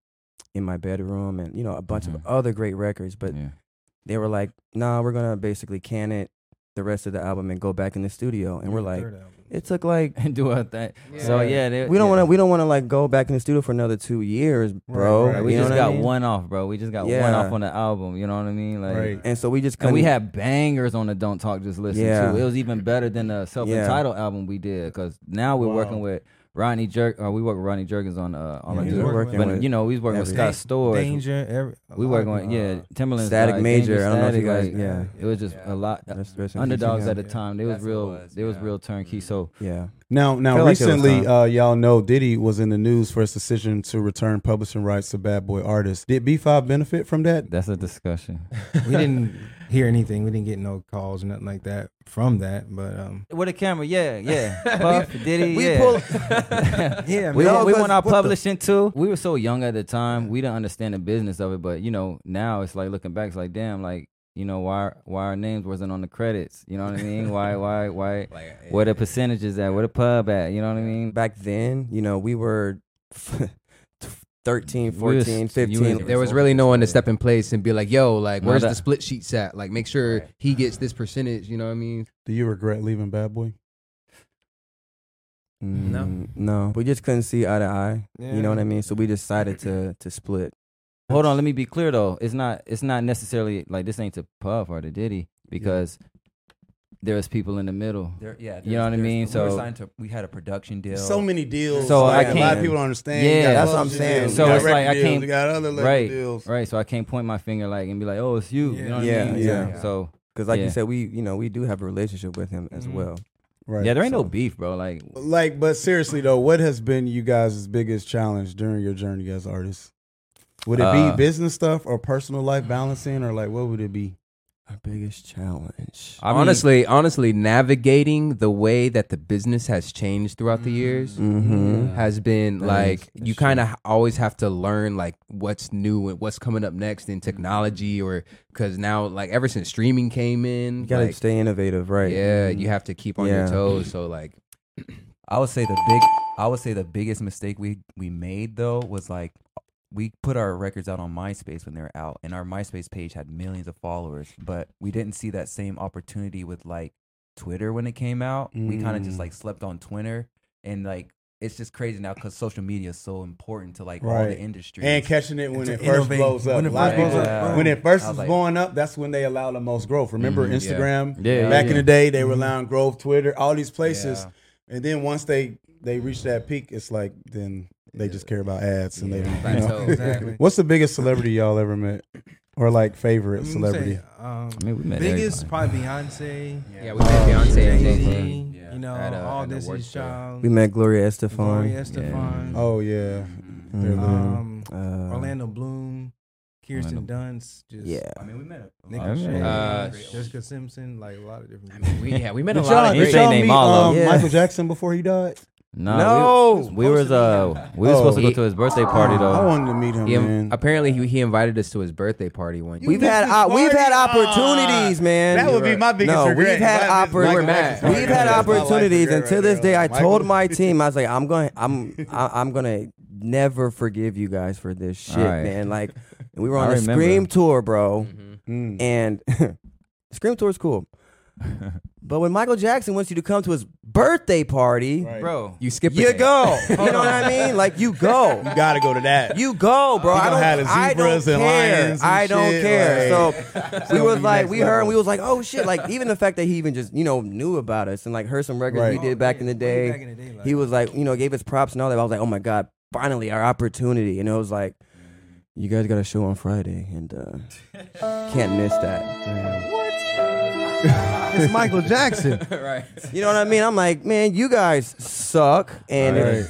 [SPEAKER 4] in my bedroom and you know a bunch
[SPEAKER 2] Mhm.
[SPEAKER 4] of other great records but
[SPEAKER 2] Yeah. <laughs>
[SPEAKER 4] they were like, "Nah, we're going to basically can it the rest of the album and go back in the studio." And we're like,
[SPEAKER 3] third album.
[SPEAKER 4] it took like
[SPEAKER 2] and do our thing.
[SPEAKER 5] Yeah.
[SPEAKER 2] So yeah, they,
[SPEAKER 4] we don't
[SPEAKER 2] yeah.
[SPEAKER 4] want to we don't want to like go back in the studio for another 2 years, bro.
[SPEAKER 1] right.
[SPEAKER 2] Like, we
[SPEAKER 4] You know
[SPEAKER 2] just
[SPEAKER 4] what I
[SPEAKER 2] got
[SPEAKER 4] mean?
[SPEAKER 2] one off, bro. We just got one
[SPEAKER 4] Yeah.
[SPEAKER 2] off on the album. You know what I mean? Like,
[SPEAKER 1] Right.
[SPEAKER 4] And so we just
[SPEAKER 2] and
[SPEAKER 4] couldn't
[SPEAKER 2] we had bangers on the "Don't Talk, Just Listen"
[SPEAKER 4] Yeah.
[SPEAKER 2] too. It was even better than the self-entitled album we did because now we're
[SPEAKER 1] Wow.
[SPEAKER 2] working with Rodney Jerk. Uh, we work with Rodney Jerkins on uh, all
[SPEAKER 3] Yeah,
[SPEAKER 2] I
[SPEAKER 3] he's
[SPEAKER 2] do.
[SPEAKER 3] working
[SPEAKER 2] but
[SPEAKER 4] with
[SPEAKER 2] you know, we was working with Scott Storrs.
[SPEAKER 3] Danger. Every, a
[SPEAKER 2] We
[SPEAKER 3] lot
[SPEAKER 2] work
[SPEAKER 3] of
[SPEAKER 2] on
[SPEAKER 3] them.
[SPEAKER 2] yeah, Timberland.
[SPEAKER 4] Static Major, I don't know if you guys-
[SPEAKER 2] Like,
[SPEAKER 4] yeah.
[SPEAKER 2] it was just
[SPEAKER 5] Yeah.
[SPEAKER 2] a lot.
[SPEAKER 4] Rest- rest in peace
[SPEAKER 2] underdogs
[SPEAKER 4] to
[SPEAKER 2] at
[SPEAKER 4] him.
[SPEAKER 2] the time. They was
[SPEAKER 6] That's what it
[SPEAKER 2] real.
[SPEAKER 6] was,
[SPEAKER 2] They was
[SPEAKER 6] yeah.
[SPEAKER 2] real
[SPEAKER 4] Mm.
[SPEAKER 2] turnkey. So
[SPEAKER 4] Yeah.
[SPEAKER 1] Now, now
[SPEAKER 4] Felt like it was
[SPEAKER 1] recently,
[SPEAKER 4] time.
[SPEAKER 1] uh, y'all know Diddy was in the news for his decision to return publishing rights to Bad Boy artists. Did B5 benefit from that?
[SPEAKER 2] that's a discussion.
[SPEAKER 3] <laughs> we didn't hear anything. We didn't get no calls, nothing like that from that. But um,
[SPEAKER 2] With a camera, yeah, <laughs> yeah. Puff, Diddy,
[SPEAKER 5] we
[SPEAKER 2] yeah.
[SPEAKER 5] pull-
[SPEAKER 2] <laughs>
[SPEAKER 4] <laughs>
[SPEAKER 3] yeah,
[SPEAKER 2] we,
[SPEAKER 4] man.
[SPEAKER 2] want- we
[SPEAKER 4] Cause
[SPEAKER 2] want our
[SPEAKER 4] what the-
[SPEAKER 2] publishing too. We were so young at the time, we didn't understand the business of it. But you know, now it's like looking back, it's like damn, like you know, why why our names wasn't on the credits? You know what I mean? Why why why?
[SPEAKER 5] Like,
[SPEAKER 2] Where the percentages at? Where the pub at? You know what I mean?
[SPEAKER 4] Back then, you know, we were <laughs> 13,
[SPEAKER 2] We was-
[SPEAKER 4] 14,
[SPEAKER 2] you was-
[SPEAKER 4] 15.
[SPEAKER 5] <laughs> there was really no one to step in place and be like, "Yo, like,
[SPEAKER 2] No,
[SPEAKER 5] where's
[SPEAKER 2] that-
[SPEAKER 5] the split sheets at? Like, make sure he gets this percentage." You know what I mean?
[SPEAKER 1] Do you regret leaving Bad Boy?
[SPEAKER 5] No.
[SPEAKER 4] Mm, No. We just couldn't see eye to eye. You know what I mean? So we decided to to split.
[SPEAKER 2] Hold on, let me be clear though. It's not it's not necessarily like this ain't to Puff or to Diddy because there's people in the middle.
[SPEAKER 6] There, yeah,
[SPEAKER 2] You know what I
[SPEAKER 6] there's-
[SPEAKER 2] mean?
[SPEAKER 6] we were
[SPEAKER 2] So-
[SPEAKER 6] signed to, we had a production deal.
[SPEAKER 1] So many deals.
[SPEAKER 2] So
[SPEAKER 1] like,
[SPEAKER 2] I
[SPEAKER 1] A lot
[SPEAKER 2] can't-
[SPEAKER 1] of people don't understand.
[SPEAKER 2] Yeah,
[SPEAKER 1] You got
[SPEAKER 2] that's
[SPEAKER 4] what I'm
[SPEAKER 1] publishing
[SPEAKER 4] saying.
[SPEAKER 1] deals,
[SPEAKER 4] So
[SPEAKER 1] you got
[SPEAKER 4] it's
[SPEAKER 1] record
[SPEAKER 2] like I
[SPEAKER 1] deals,
[SPEAKER 2] can't-
[SPEAKER 1] You got other label
[SPEAKER 2] right,
[SPEAKER 1] deals.
[SPEAKER 2] Right. So I can't point my finger like and be like, oh, it's you. You know what
[SPEAKER 4] Yeah,
[SPEAKER 2] I mean?
[SPEAKER 1] yeah.
[SPEAKER 2] So- So
[SPEAKER 4] Because like
[SPEAKER 2] Yeah.
[SPEAKER 4] you said, we you know, we do have a relationship with him as
[SPEAKER 3] Mhm.
[SPEAKER 1] Mm-hmm.
[SPEAKER 4] well.
[SPEAKER 1] Right.
[SPEAKER 2] yeah, there ain't no beef, bro. Like
[SPEAKER 1] Like, but seriously though, what has been you guys' biggest challenge during your journey as artists? Would it
[SPEAKER 6] Uh,
[SPEAKER 1] be business stuff or personal life balancing, or like what would it be?
[SPEAKER 4] Our biggest challenge.
[SPEAKER 2] I mean-
[SPEAKER 5] honestly, honestly, navigating the way that the business has changed throughout the years
[SPEAKER 4] Mm-hmm.
[SPEAKER 5] has been
[SPEAKER 4] That
[SPEAKER 5] like
[SPEAKER 4] is- that's
[SPEAKER 5] you kind of always have to learn like what's new and what's coming up next
[SPEAKER 4] Mm-hmm.
[SPEAKER 5] in technology, or because now like ever since streaming came in,
[SPEAKER 4] You gotta
[SPEAKER 5] like,
[SPEAKER 4] stay innovative, right? Mm-hmm.
[SPEAKER 5] yeah, you have to keep on your
[SPEAKER 4] Yeah.
[SPEAKER 5] toes. So like,
[SPEAKER 6] I would say the big I would say the biggest mistake we we made though was like we put our records out on MySpace when they were out and our MySpace page had millions of followers, but we didn't see that same opportunity with like Twitter when it came out. We kind of
[SPEAKER 1] Mm.
[SPEAKER 6] just like slept on Twitter and like it's just crazy now because social media is so important to like all
[SPEAKER 1] Right.
[SPEAKER 6] the industry.
[SPEAKER 1] And catching it when
[SPEAKER 3] To
[SPEAKER 1] it first
[SPEAKER 3] innovate.
[SPEAKER 1] blows up.
[SPEAKER 3] When it
[SPEAKER 1] A lot
[SPEAKER 3] first
[SPEAKER 1] of
[SPEAKER 3] blows
[SPEAKER 1] people-
[SPEAKER 6] up, boom.
[SPEAKER 1] when it first
[SPEAKER 6] I
[SPEAKER 1] was
[SPEAKER 6] was like-
[SPEAKER 1] blowing up, that's when they allowed the most growth. Remember
[SPEAKER 5] Mhm, yeah.
[SPEAKER 1] Instagram?
[SPEAKER 2] Yeah,
[SPEAKER 1] Back
[SPEAKER 2] yeah.
[SPEAKER 1] in the day, they were allowing growth, Twitter, all these places.
[SPEAKER 6] Yeah.
[SPEAKER 1] And then once they they reach that peak, it's like then they just care about ads and
[SPEAKER 5] Yeah.
[SPEAKER 1] they don't. You know.
[SPEAKER 5] Plateau.
[SPEAKER 3] Exactly.
[SPEAKER 1] <laughs> What's the biggest celebrity y'all ever met, or like favorite
[SPEAKER 3] I'm gonna
[SPEAKER 1] celebrity?
[SPEAKER 3] Mm, Say, um,
[SPEAKER 2] I mean, we met
[SPEAKER 3] biggest
[SPEAKER 2] everybody.
[SPEAKER 3] probably Beyonce.
[SPEAKER 5] yeah, we met Beyonce and
[SPEAKER 3] Oh, Jay-Z,
[SPEAKER 5] Jay-Z.
[SPEAKER 6] Yeah.
[SPEAKER 3] You know,
[SPEAKER 5] At a-
[SPEAKER 3] all
[SPEAKER 5] at a
[SPEAKER 3] this
[SPEAKER 5] award
[SPEAKER 3] is
[SPEAKER 5] show.
[SPEAKER 3] child.
[SPEAKER 4] We met Gloria Estefan.
[SPEAKER 3] Gloria Estefan.
[SPEAKER 1] Oh yeah,
[SPEAKER 4] Mm.
[SPEAKER 1] They're little.
[SPEAKER 3] Um,
[SPEAKER 4] Uh,
[SPEAKER 3] Orlando Bloom, Kirsten
[SPEAKER 6] Orlando-
[SPEAKER 3] Dunst, just
[SPEAKER 4] Yeah.
[SPEAKER 6] I mean, we met a
[SPEAKER 3] Nick
[SPEAKER 6] lot of
[SPEAKER 2] yeah.
[SPEAKER 6] people.
[SPEAKER 3] Lachey,
[SPEAKER 5] Uh,
[SPEAKER 3] Jessica Simpson, like a lot of different.
[SPEAKER 5] I mean, we, yeah, we met
[SPEAKER 1] Did
[SPEAKER 5] a lot
[SPEAKER 1] y'all,
[SPEAKER 5] of
[SPEAKER 1] did
[SPEAKER 5] great.
[SPEAKER 2] say
[SPEAKER 1] y'all
[SPEAKER 2] name
[SPEAKER 1] meet
[SPEAKER 2] all of
[SPEAKER 1] um,
[SPEAKER 4] them. Yeah.
[SPEAKER 1] Michael Jackson before he died?
[SPEAKER 2] Nah,
[SPEAKER 4] No!
[SPEAKER 2] we, we was uh we were
[SPEAKER 1] Oh.
[SPEAKER 2] supposed to go to his birthday party though.
[SPEAKER 1] I wanted to meet him,
[SPEAKER 5] He,
[SPEAKER 1] man.
[SPEAKER 5] apparently, he, he invited us to his birthday party one year.
[SPEAKER 4] We've had
[SPEAKER 1] missed
[SPEAKER 4] op-
[SPEAKER 1] this
[SPEAKER 4] we've had
[SPEAKER 1] party?
[SPEAKER 4] opportunities,
[SPEAKER 1] Ah,
[SPEAKER 4] man.
[SPEAKER 1] that would be my biggest
[SPEAKER 4] no,
[SPEAKER 1] regret.
[SPEAKER 4] We've had
[SPEAKER 1] If I missed
[SPEAKER 4] opportunities.
[SPEAKER 5] Michael Jackson's
[SPEAKER 4] We've had
[SPEAKER 5] party, that's my life
[SPEAKER 4] opportunities,
[SPEAKER 1] regret
[SPEAKER 4] and to
[SPEAKER 1] right
[SPEAKER 4] this
[SPEAKER 1] there.
[SPEAKER 4] day, I
[SPEAKER 1] Michael-
[SPEAKER 4] told my team, I was like, I'm going, I'm,
[SPEAKER 1] <laughs>
[SPEAKER 4] I, I'm gonna never forgive you guys for this shit,
[SPEAKER 2] Alright.
[SPEAKER 4] man. Like, we were
[SPEAKER 2] I
[SPEAKER 4] on a
[SPEAKER 2] remember.
[SPEAKER 4] scream tour, bro,
[SPEAKER 1] Mm.
[SPEAKER 4] and <laughs> scream tour is cool. But when Michael Jackson wants you to come to his birthday party,
[SPEAKER 1] Right.
[SPEAKER 2] bro.
[SPEAKER 5] you skip
[SPEAKER 4] you go.
[SPEAKER 1] <laughs>
[SPEAKER 4] you know what I mean? Like, you go.
[SPEAKER 1] You gotta go to that.
[SPEAKER 4] You go, bro.
[SPEAKER 1] He
[SPEAKER 4] I
[SPEAKER 1] gonna
[SPEAKER 4] don't,
[SPEAKER 1] have the
[SPEAKER 4] I don't
[SPEAKER 1] zebras and
[SPEAKER 4] care.
[SPEAKER 1] lions and
[SPEAKER 4] I don't
[SPEAKER 1] shit, <laughs>
[SPEAKER 4] care. so we
[SPEAKER 1] gonna
[SPEAKER 4] was
[SPEAKER 1] be
[SPEAKER 4] like,
[SPEAKER 1] next
[SPEAKER 4] we heard,
[SPEAKER 1] level.
[SPEAKER 4] we was like, oh shit! Like even the fact that he even just you know knew about us and like heard some records
[SPEAKER 1] Right.
[SPEAKER 4] we
[SPEAKER 1] Oh,
[SPEAKER 4] did back in the
[SPEAKER 3] Way
[SPEAKER 4] day.
[SPEAKER 3] back in the day, like-
[SPEAKER 4] he was like, you know, gave us props and all that. I was like, oh my god, finally our opportunity. And it was like, you guys got a show on Friday and uh, can't miss that.
[SPEAKER 3] it's Michael Jackson.
[SPEAKER 4] You know what I mean? I'm like, man, you guys suck, and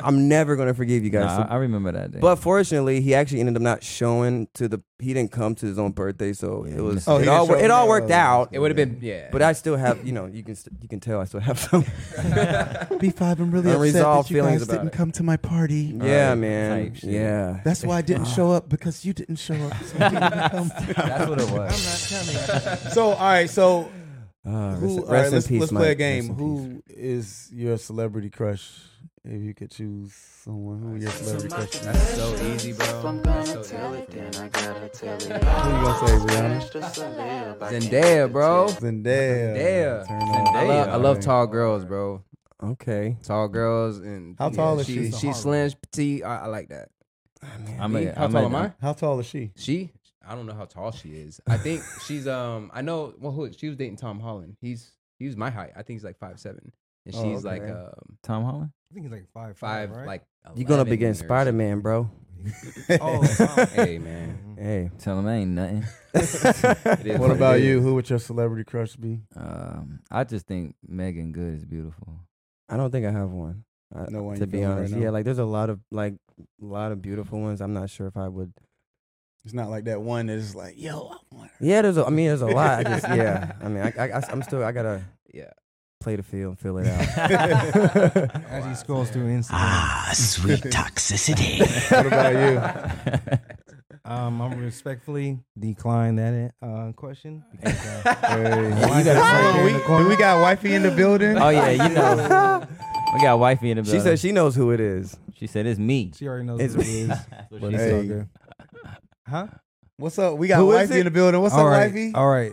[SPEAKER 4] I'm never gonna forgive you guys.
[SPEAKER 2] Nah,
[SPEAKER 4] So
[SPEAKER 2] I I remember that <laughs> day.
[SPEAKER 4] But fortunately, he actually ended up not showing to the. He didn't come to his own birthday, so it was.
[SPEAKER 1] Oh, he
[SPEAKER 4] it
[SPEAKER 1] didn't
[SPEAKER 4] all wor-
[SPEAKER 1] show
[SPEAKER 4] it all
[SPEAKER 1] up.
[SPEAKER 4] worked out.
[SPEAKER 5] It would have been yeah.
[SPEAKER 4] But I still have, you know, you can st- you can tell I still
[SPEAKER 1] <laughs>
[SPEAKER 4] have some.
[SPEAKER 1] B5, I'm really upset
[SPEAKER 4] <laughs> Unresolved
[SPEAKER 1] that you
[SPEAKER 4] feelings
[SPEAKER 1] guys
[SPEAKER 4] about
[SPEAKER 1] didn't
[SPEAKER 4] it.
[SPEAKER 1] come to my party.
[SPEAKER 4] yeah,
[SPEAKER 6] Right.
[SPEAKER 4] man.
[SPEAKER 6] Type shit.
[SPEAKER 4] Yeah.
[SPEAKER 1] That's why I didn't show up because you didn't show up. So, I didn't come.
[SPEAKER 6] That's what it was.
[SPEAKER 1] So, all right, so
[SPEAKER 4] Uh,
[SPEAKER 1] who, all
[SPEAKER 4] rest,
[SPEAKER 1] right,
[SPEAKER 4] rest in
[SPEAKER 1] let's,
[SPEAKER 4] peace,
[SPEAKER 1] let's
[SPEAKER 4] Mike.
[SPEAKER 1] play a
[SPEAKER 4] Rest
[SPEAKER 1] game.
[SPEAKER 4] in peace.
[SPEAKER 1] Who is your celebrity crush? If you could choose someone, who your celebrity crush? is?
[SPEAKER 5] That's so easy, bro. That's so
[SPEAKER 1] Who
[SPEAKER 5] easy.
[SPEAKER 1] you gonna say, Rihanna?
[SPEAKER 5] Zendaya, bro.
[SPEAKER 1] Zendaya.
[SPEAKER 5] Zendaya.
[SPEAKER 1] Turn
[SPEAKER 5] I
[SPEAKER 1] up.
[SPEAKER 5] love, I love tall girls, bro.
[SPEAKER 4] Okay.
[SPEAKER 5] Tall girls and
[SPEAKER 1] How tall is she?
[SPEAKER 5] She's she slim, petite. I, I like that.
[SPEAKER 2] I'm a,
[SPEAKER 5] How
[SPEAKER 2] I'm
[SPEAKER 5] tall
[SPEAKER 2] a-
[SPEAKER 5] am I?
[SPEAKER 1] How tall is she?
[SPEAKER 5] She? I don't know how tall she is. I think she's um. I know. Well, who, she was dating Tom Holland. He's he was my height. I think he's like five seven. and
[SPEAKER 1] Oh,
[SPEAKER 5] she's like
[SPEAKER 1] okay.
[SPEAKER 5] um,
[SPEAKER 2] Tom Holland.
[SPEAKER 3] I think it's like five,
[SPEAKER 5] five,
[SPEAKER 3] right?
[SPEAKER 5] like
[SPEAKER 4] You're gonna
[SPEAKER 5] 11
[SPEAKER 4] be getting
[SPEAKER 5] or something.
[SPEAKER 4] Spider Man, bro.
[SPEAKER 3] oh, wow.
[SPEAKER 5] Hey
[SPEAKER 3] Mm-hmm.
[SPEAKER 5] man,
[SPEAKER 4] Hey,
[SPEAKER 2] Tell him ain't nothing. It is
[SPEAKER 1] what
[SPEAKER 2] it
[SPEAKER 1] about
[SPEAKER 2] is.
[SPEAKER 1] you? Who would your celebrity crush be?
[SPEAKER 2] Um, I just think Megan Good is
[SPEAKER 5] <laughs>
[SPEAKER 2] beautiful.
[SPEAKER 4] I don't think I have one. I,
[SPEAKER 1] No one
[SPEAKER 4] to
[SPEAKER 1] you
[SPEAKER 4] be
[SPEAKER 1] feeling right
[SPEAKER 4] honest.
[SPEAKER 1] now?
[SPEAKER 4] yeah, like there's a lot of like a lot of beautiful ones. I'm not sure if I would.
[SPEAKER 1] It's not like that one that is like, yo, I want her. <laughs>
[SPEAKER 4] Yeah, there's. A, I mean, there's a lot. I just yeah. I mean, I, I I'm still. I gotta
[SPEAKER 5] yeah.
[SPEAKER 4] play the field and fill it out.
[SPEAKER 3] As he scrolls through Instagram,
[SPEAKER 8] Ah, sweet toxicity.
[SPEAKER 1] What about
[SPEAKER 3] um, I'm respectfully decline that uh, question. Because,
[SPEAKER 5] <laughs>
[SPEAKER 1] you?
[SPEAKER 3] uh,
[SPEAKER 1] Hey.
[SPEAKER 4] Yeah, you gotta
[SPEAKER 1] Hold on,
[SPEAKER 4] play
[SPEAKER 1] we, do we got wifey in the building?
[SPEAKER 2] Oh yeah, you know. we got wifey in the
[SPEAKER 4] She
[SPEAKER 2] building.
[SPEAKER 4] said she knows who it is.
[SPEAKER 2] she said it's me.
[SPEAKER 3] she already knows
[SPEAKER 4] It's
[SPEAKER 3] what it is, but it's all
[SPEAKER 1] Hey.
[SPEAKER 3] good. Huh?
[SPEAKER 1] What's up? We got
[SPEAKER 4] Who is
[SPEAKER 1] wifey
[SPEAKER 4] it?
[SPEAKER 1] in the building. What's
[SPEAKER 3] all
[SPEAKER 1] up,
[SPEAKER 3] right,
[SPEAKER 1] wifey?
[SPEAKER 3] all right.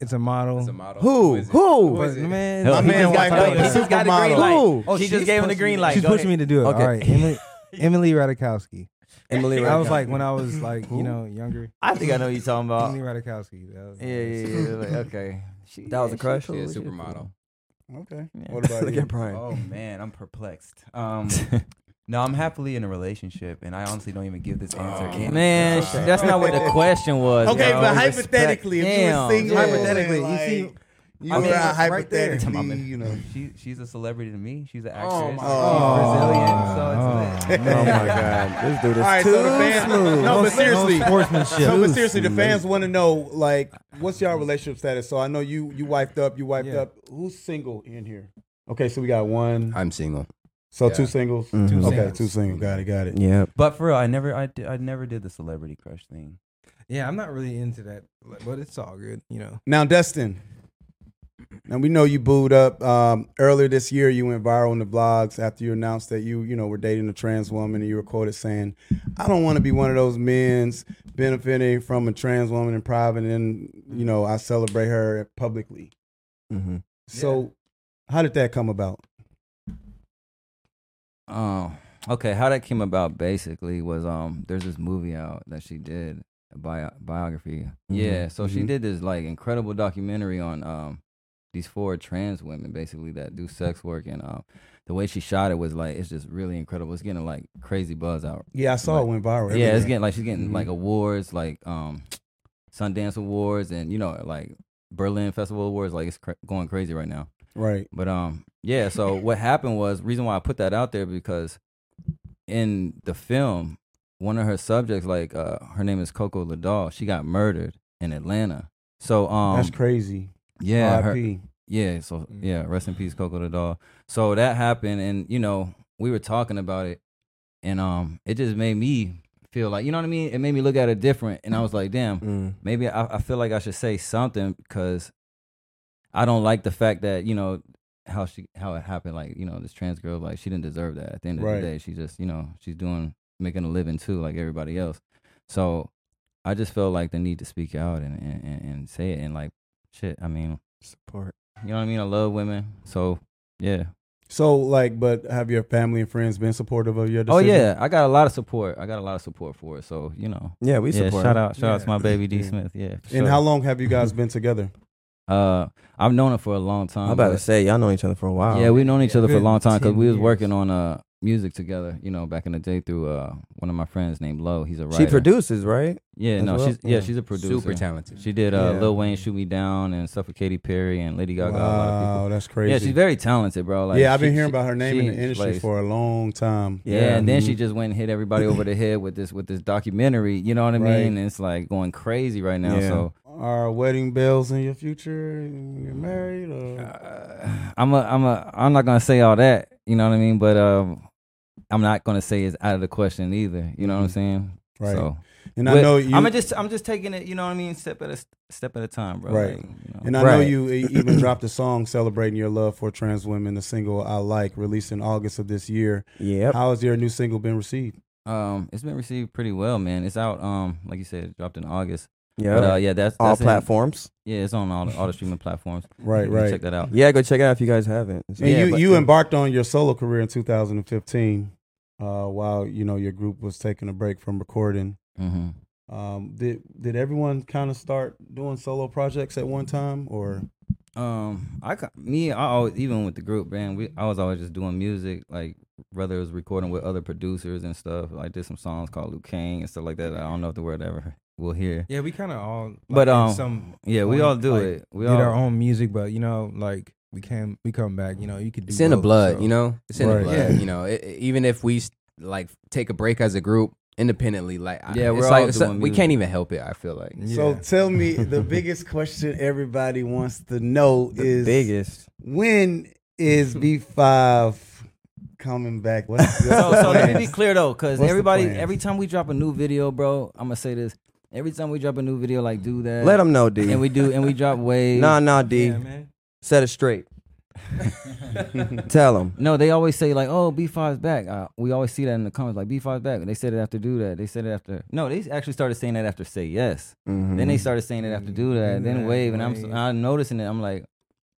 [SPEAKER 3] It's a model.
[SPEAKER 5] It's a model.
[SPEAKER 4] Who?
[SPEAKER 5] is it?
[SPEAKER 4] Who?
[SPEAKER 5] is
[SPEAKER 3] But,
[SPEAKER 5] it?
[SPEAKER 3] man,
[SPEAKER 2] Hell,
[SPEAKER 1] My
[SPEAKER 2] he
[SPEAKER 1] man
[SPEAKER 2] just
[SPEAKER 1] wifed
[SPEAKER 2] got the-
[SPEAKER 1] up a
[SPEAKER 2] he just got the green
[SPEAKER 1] supermodel.
[SPEAKER 2] light.
[SPEAKER 4] Who?
[SPEAKER 2] Oh, she just gave him the green light.
[SPEAKER 3] she's
[SPEAKER 2] Go
[SPEAKER 3] pushing
[SPEAKER 2] ahead.
[SPEAKER 3] me to do it.
[SPEAKER 4] Okay.
[SPEAKER 3] All right, Emily, Emily Radikowski.
[SPEAKER 4] Emily.
[SPEAKER 3] That was
[SPEAKER 4] Ratajkowski.
[SPEAKER 3] like when I was like you know younger.
[SPEAKER 2] I think I know what you're talking about.
[SPEAKER 3] Emily Radikowski. That was-
[SPEAKER 2] Uh, Yeah, yeah,
[SPEAKER 3] <laughs>
[SPEAKER 2] yeah.
[SPEAKER 5] <laughs>
[SPEAKER 2] like, okay. She,
[SPEAKER 4] That was a
[SPEAKER 2] she
[SPEAKER 4] crush?
[SPEAKER 2] cool,
[SPEAKER 5] Yeah,
[SPEAKER 2] she cool.
[SPEAKER 5] supermodel.
[SPEAKER 1] Okay.
[SPEAKER 2] Yeah.
[SPEAKER 1] What about
[SPEAKER 4] Look
[SPEAKER 1] you?
[SPEAKER 4] at Brian.
[SPEAKER 6] oh man, I'm perplexed. Um, no, I'm happily in a relationship, and I honestly don't even give this answer. any-
[SPEAKER 2] Man, sh- that's not what the question was.
[SPEAKER 1] Okay,
[SPEAKER 2] bro.
[SPEAKER 1] but hypothetically, if you
[SPEAKER 2] Damn.
[SPEAKER 1] were single,
[SPEAKER 3] Yeah.
[SPEAKER 1] hypothetically,
[SPEAKER 3] Hypothetically,
[SPEAKER 1] like,
[SPEAKER 3] you
[SPEAKER 1] you
[SPEAKER 3] see-
[SPEAKER 1] see, you
[SPEAKER 3] I mean,
[SPEAKER 1] were out
[SPEAKER 3] like, right there.
[SPEAKER 1] hypothetically,
[SPEAKER 2] Come on, man.
[SPEAKER 1] you know.
[SPEAKER 6] She she's a celebrity to me. She's an actress.
[SPEAKER 5] Oh, my
[SPEAKER 6] she's
[SPEAKER 3] God.
[SPEAKER 6] Brazilian, so it's
[SPEAKER 3] Oh,
[SPEAKER 6] lit.
[SPEAKER 1] Oh,
[SPEAKER 4] Oh my God, this dude is
[SPEAKER 1] All right,
[SPEAKER 4] too
[SPEAKER 1] so the fans,
[SPEAKER 4] smooth.
[SPEAKER 1] no, but seriously,
[SPEAKER 3] sportsmanship.
[SPEAKER 1] so but seriously, the fans want to know, like, what's y'all relationship status? So I know you, you wiped up, you wiped
[SPEAKER 3] Yeah.
[SPEAKER 1] up. Who's single in here? Okay, so we got one.
[SPEAKER 5] I'm single.
[SPEAKER 1] So
[SPEAKER 5] Yeah.
[SPEAKER 1] two singles.
[SPEAKER 4] Mhm.
[SPEAKER 1] okay,
[SPEAKER 3] singles.
[SPEAKER 1] two singles. Got it. Got it.
[SPEAKER 4] <laughs> Yep.
[SPEAKER 6] But for real, I never I, di- I never did the celebrity crush thing.
[SPEAKER 3] Yeah, I'm not really into that, like, but it's all good, you know.
[SPEAKER 1] Now, Dustin. Now we know you booed up um, earlier this year. You went viral on the blogs after you announced that you, you know, were dating a trans woman, and you were quoted saying, "I don't want to be one of those men's benefiting from a trans woman in private, and you know, I celebrate her publicly."
[SPEAKER 4] Mm-hmm.
[SPEAKER 1] So, how did that come about?
[SPEAKER 2] Um, okay, how that came about basically was um, there's this movie out that she did a bio- biography.
[SPEAKER 4] Mm-hmm,
[SPEAKER 2] Yeah, so she
[SPEAKER 1] mhm.
[SPEAKER 2] did this like incredible documentary on um these four trans women basically that do sex work and um the way she shot it was like it's just really incredible. It's getting like crazy buzz out.
[SPEAKER 1] Yeah, I saw it went viral.
[SPEAKER 2] Yeah, it's
[SPEAKER 1] everywhere.
[SPEAKER 2] getting like she's getting
[SPEAKER 1] Mhm.
[SPEAKER 4] Mm-hmm.
[SPEAKER 2] like awards like um Sundance awards and you know like Berlin Festival awards like it's cra- going crazy right now.
[SPEAKER 1] right.
[SPEAKER 2] But um,
[SPEAKER 1] <laughs>
[SPEAKER 2] yeah. So what happened was reason why I put that out there because in the film, one of her subjects, like uh, her name is Coco Ladal, she got murdered in Atlanta. So um,
[SPEAKER 1] That's crazy.
[SPEAKER 2] yeah, her,
[SPEAKER 1] R.I.P..
[SPEAKER 2] yeah. So
[SPEAKER 3] Mm.
[SPEAKER 2] yeah, rest in peace, Coco the doll. So that happened, and you know we were talking about it, and um, it just made me feel like you know what I mean. It made me look at it different, and I was like, damn,
[SPEAKER 4] Mm.
[SPEAKER 2] maybe I, I feel like I should say something because I don't like the fact that you know how she how it happened. Like you know this trans girl, like she didn't deserve that. At the end of
[SPEAKER 1] Right.
[SPEAKER 2] the day, she just you know she's doing making a living too, like everybody else. So I just felt like the need to speak out and and, and, and say it and like shit. I mean
[SPEAKER 4] Support.
[SPEAKER 2] you know what I mean. I love women, so yeah.
[SPEAKER 1] So, like, but have your family and friends been supportive of your
[SPEAKER 2] Oh
[SPEAKER 1] decision?
[SPEAKER 2] yeah, I got a lot of support. I got a lot of support for it. So you know,
[SPEAKER 4] Yeah, we
[SPEAKER 2] yeah.
[SPEAKER 4] support.
[SPEAKER 2] Shout out, shout out to
[SPEAKER 3] Yeah.
[SPEAKER 2] my baby D
[SPEAKER 1] Yeah.
[SPEAKER 2] Smith. Yeah. for
[SPEAKER 1] And
[SPEAKER 2] sure.
[SPEAKER 1] how long have you guys been together?
[SPEAKER 2] Uh, I've known her for a long time.
[SPEAKER 4] I'm about
[SPEAKER 2] Um, but-
[SPEAKER 4] to say oh, y'all know each other for a while.
[SPEAKER 2] Yeah, we've known each
[SPEAKER 5] Yeah.
[SPEAKER 2] other for a long time
[SPEAKER 3] 15
[SPEAKER 2] because we was
[SPEAKER 3] years.
[SPEAKER 2] working on uh music together. You know, back in the day through uh one of my friends named Low. He's a writer.
[SPEAKER 4] She produces, right?
[SPEAKER 2] Yeah,
[SPEAKER 4] as
[SPEAKER 2] no,
[SPEAKER 4] well?
[SPEAKER 2] she's yeah,
[SPEAKER 4] Yeah.
[SPEAKER 2] she's a producer.
[SPEAKER 5] Super talented.
[SPEAKER 2] She did uh,
[SPEAKER 1] Yeah.
[SPEAKER 2] Lil Wayne "Shoot Me Down" and stuff with Katy Perry and Lady Gaga. A lot of people.
[SPEAKER 1] Wow, that's crazy.
[SPEAKER 2] Yeah, she's very talented, bro. Like,
[SPEAKER 1] yeah, I've been
[SPEAKER 2] she-
[SPEAKER 1] hearing
[SPEAKER 2] she-
[SPEAKER 1] about her name in
[SPEAKER 2] she
[SPEAKER 1] the industry
[SPEAKER 2] plays-
[SPEAKER 1] for a long time.
[SPEAKER 2] Yeah,
[SPEAKER 4] Yeah,
[SPEAKER 2] and then she
[SPEAKER 4] mhm.
[SPEAKER 2] just went and hit everybody over the head with this with this documentary. You know what I mean?
[SPEAKER 1] Right.
[SPEAKER 2] And it's like going crazy right now.
[SPEAKER 4] Yeah.
[SPEAKER 2] So
[SPEAKER 1] Are wedding bells in your future? You're married? Or?
[SPEAKER 2] uh, I'm a, I'm a, I'm not gonna say all that. You know what I mean? But um, I'm not gonna say it's out of the question either. You know what I'm saying?
[SPEAKER 1] Mm-hmm. right.
[SPEAKER 2] So
[SPEAKER 1] and I know you.
[SPEAKER 2] I'm just, I'm just taking it. You know what I mean? Step at a step at a time, bro.
[SPEAKER 1] Right.
[SPEAKER 2] Like, you know.
[SPEAKER 1] and I know
[SPEAKER 4] Right.
[SPEAKER 1] you e- even
[SPEAKER 2] <clears throat>
[SPEAKER 1] dropped a song celebrating your love for trans women. The single "I Like" released in August of this year.
[SPEAKER 4] Yep.
[SPEAKER 1] How has your new single been received?
[SPEAKER 2] um, it's been received pretty well, man. It's out. Um, like you said, it dropped in August.
[SPEAKER 4] Yeah.
[SPEAKER 2] But uh, yeah, that's,
[SPEAKER 4] All
[SPEAKER 2] that's it.
[SPEAKER 4] platforms.
[SPEAKER 2] Yeah, it's on all the, all the streaming platforms.
[SPEAKER 1] Right,
[SPEAKER 2] You can
[SPEAKER 1] right.
[SPEAKER 2] Check that out.
[SPEAKER 4] Yeah, go check it out if you guys haven't. So-
[SPEAKER 1] And
[SPEAKER 4] Yeah,
[SPEAKER 1] you,
[SPEAKER 4] but-
[SPEAKER 1] you embarked on your solo career in 2015, uh, while you know your group was taking a break from recording.
[SPEAKER 2] hmm
[SPEAKER 1] Um, did did everyone kind of start doing solo projects at one time, or
[SPEAKER 2] Um, I ca- me I always even with the group man, we I was always just doing music like whether it was recording with other producers and stuff. Like did some songs called Luke King and stuff like that. I don't know if the word ever will hear.
[SPEAKER 3] Yeah, we kind of all. like,
[SPEAKER 2] But,
[SPEAKER 3] in
[SPEAKER 2] um,
[SPEAKER 3] some
[SPEAKER 2] Yeah, we
[SPEAKER 3] point,
[SPEAKER 2] all do
[SPEAKER 3] like,
[SPEAKER 2] it. We
[SPEAKER 3] did
[SPEAKER 2] all
[SPEAKER 3] our own music, but you know, like we can we come back. You know, you could do
[SPEAKER 5] It's in the
[SPEAKER 3] both,
[SPEAKER 5] blood,
[SPEAKER 3] so.
[SPEAKER 5] you know. It's in
[SPEAKER 1] Right.
[SPEAKER 5] the blood,
[SPEAKER 3] Yeah.
[SPEAKER 5] you know. It, it- even if we s- like take a break as a group independently, like I-
[SPEAKER 2] Yeah, we're
[SPEAKER 5] it's
[SPEAKER 2] all
[SPEAKER 5] like it's-
[SPEAKER 2] doing
[SPEAKER 5] we
[SPEAKER 2] music.
[SPEAKER 5] can't even help it. I feel like
[SPEAKER 3] Yeah.
[SPEAKER 1] So tell me the biggest question everybody wants to know
[SPEAKER 4] The
[SPEAKER 1] is
[SPEAKER 4] biggest.
[SPEAKER 1] when is B5 coming back? What's, what's
[SPEAKER 2] so,
[SPEAKER 1] the
[SPEAKER 2] so let me be
[SPEAKER 1] plans?
[SPEAKER 2] clear though, because
[SPEAKER 1] What's the
[SPEAKER 2] everybody,
[SPEAKER 1] plans?
[SPEAKER 2] every time we drop a new video, bro, I'm gonna say this. Every time we drop a new video, like do that.
[SPEAKER 4] Let them know, D.
[SPEAKER 2] And we do, and we
[SPEAKER 3] <laughs>
[SPEAKER 2] drop waves.
[SPEAKER 4] Nah, nah, D.
[SPEAKER 3] Yeah, man.
[SPEAKER 4] Set
[SPEAKER 2] <laughs>
[SPEAKER 4] it straight. Tell them.
[SPEAKER 2] No, they always say like, "Oh, B5's back." Uh, we always see that in the comments, like B5's back. They said it after do that. They said it after. No, they actually started saying that after say yes.
[SPEAKER 4] Mm-hmm.
[SPEAKER 2] Then they started saying it after do that.
[SPEAKER 3] Do
[SPEAKER 2] Then
[SPEAKER 3] that,
[SPEAKER 2] wave, and I'm s-
[SPEAKER 3] wave.
[SPEAKER 2] I'm noticing it. I'm like,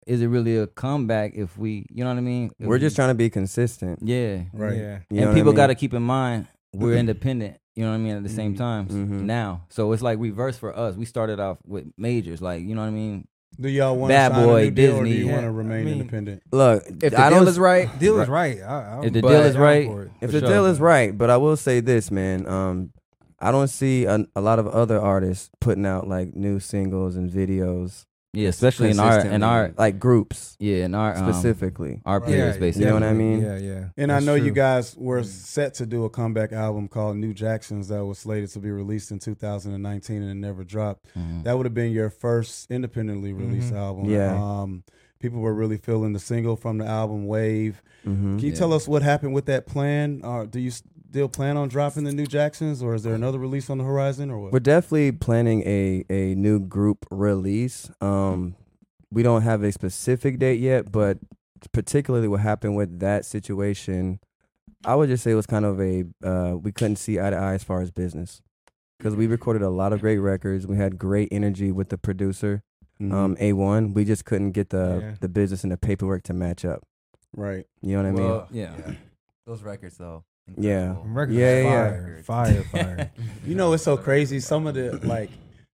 [SPEAKER 2] is it really a comeback if we, you know what I mean? If
[SPEAKER 4] We're
[SPEAKER 2] we-
[SPEAKER 4] just trying to be consistent.
[SPEAKER 2] yeah.
[SPEAKER 1] Right.
[SPEAKER 3] Yeah.
[SPEAKER 4] You know
[SPEAKER 2] and
[SPEAKER 4] what I
[SPEAKER 2] people
[SPEAKER 4] mean?
[SPEAKER 2] got to keep in mind we're independent. You know what I mean? At the same time s-
[SPEAKER 4] Mhm.
[SPEAKER 2] now, so it's like reverse for us. We started off with majors, like you know what I mean.
[SPEAKER 1] Do y'all want
[SPEAKER 2] Bad
[SPEAKER 1] to sign
[SPEAKER 2] boy
[SPEAKER 1] a new deal or do
[SPEAKER 2] Disney.
[SPEAKER 1] you want
[SPEAKER 3] Yeah,
[SPEAKER 1] to
[SPEAKER 3] I
[SPEAKER 1] remain
[SPEAKER 3] mean-
[SPEAKER 1] independent?
[SPEAKER 4] Look,
[SPEAKER 5] if the
[SPEAKER 4] I
[SPEAKER 5] deal
[SPEAKER 4] don't,
[SPEAKER 5] is right,
[SPEAKER 3] Deal is right. I, I'm
[SPEAKER 2] If the
[SPEAKER 3] down
[SPEAKER 2] deal is
[SPEAKER 3] for
[SPEAKER 2] right,
[SPEAKER 3] it.
[SPEAKER 4] if
[SPEAKER 2] for
[SPEAKER 4] the
[SPEAKER 2] sure.
[SPEAKER 4] deal is right, but I will say this, man. Um, I don't see a, a lot of other artists putting out like new singles and videos,
[SPEAKER 2] Yeah, especially in our in our
[SPEAKER 4] like groups
[SPEAKER 2] yeah in our um,
[SPEAKER 4] specifically.
[SPEAKER 2] our players basically.
[SPEAKER 4] You know what I
[SPEAKER 3] definitely.
[SPEAKER 4] mean?
[SPEAKER 3] Yeah, yeah.
[SPEAKER 1] And
[SPEAKER 3] That's
[SPEAKER 1] I know you
[SPEAKER 3] true.
[SPEAKER 1] guys were set to do a comeback album called New Jacksons that was slated to be released in 2019 and it never dropped.
[SPEAKER 2] Mhm.
[SPEAKER 1] That would have been your first independently released
[SPEAKER 3] Mhm.
[SPEAKER 1] album.
[SPEAKER 4] Mm-hmm. Yeah.
[SPEAKER 1] Um, people were really feeling the single from the album Wave.
[SPEAKER 4] hmm
[SPEAKER 1] Can you
[SPEAKER 2] Yeah.
[SPEAKER 1] tell us what happened with that plan? Or do you still plan on dropping the New Jacksons or is there another release on the horizon or what?
[SPEAKER 4] We're definitely planning a a new group release. Um, we don't have a specific date yet, but particularly what happened with that situation, I would just say it was kind of a uh, we couldn't see eye to eye as far as business because we recorded a lot of great records. We had great energy with the producer,
[SPEAKER 1] Mhm.
[SPEAKER 4] um, A One. We just couldn't get the
[SPEAKER 3] Yeah.
[SPEAKER 4] the business and the paperwork to match up.
[SPEAKER 1] right.
[SPEAKER 4] You know what I mean?
[SPEAKER 6] Well,
[SPEAKER 2] Yeah.
[SPEAKER 6] Those records though.
[SPEAKER 4] Yeah.
[SPEAKER 6] incredible.
[SPEAKER 3] Records
[SPEAKER 4] Yeah,
[SPEAKER 3] are fire,
[SPEAKER 4] yeah,
[SPEAKER 3] fire, fire.
[SPEAKER 1] You know, it's so crazy. Some of the like,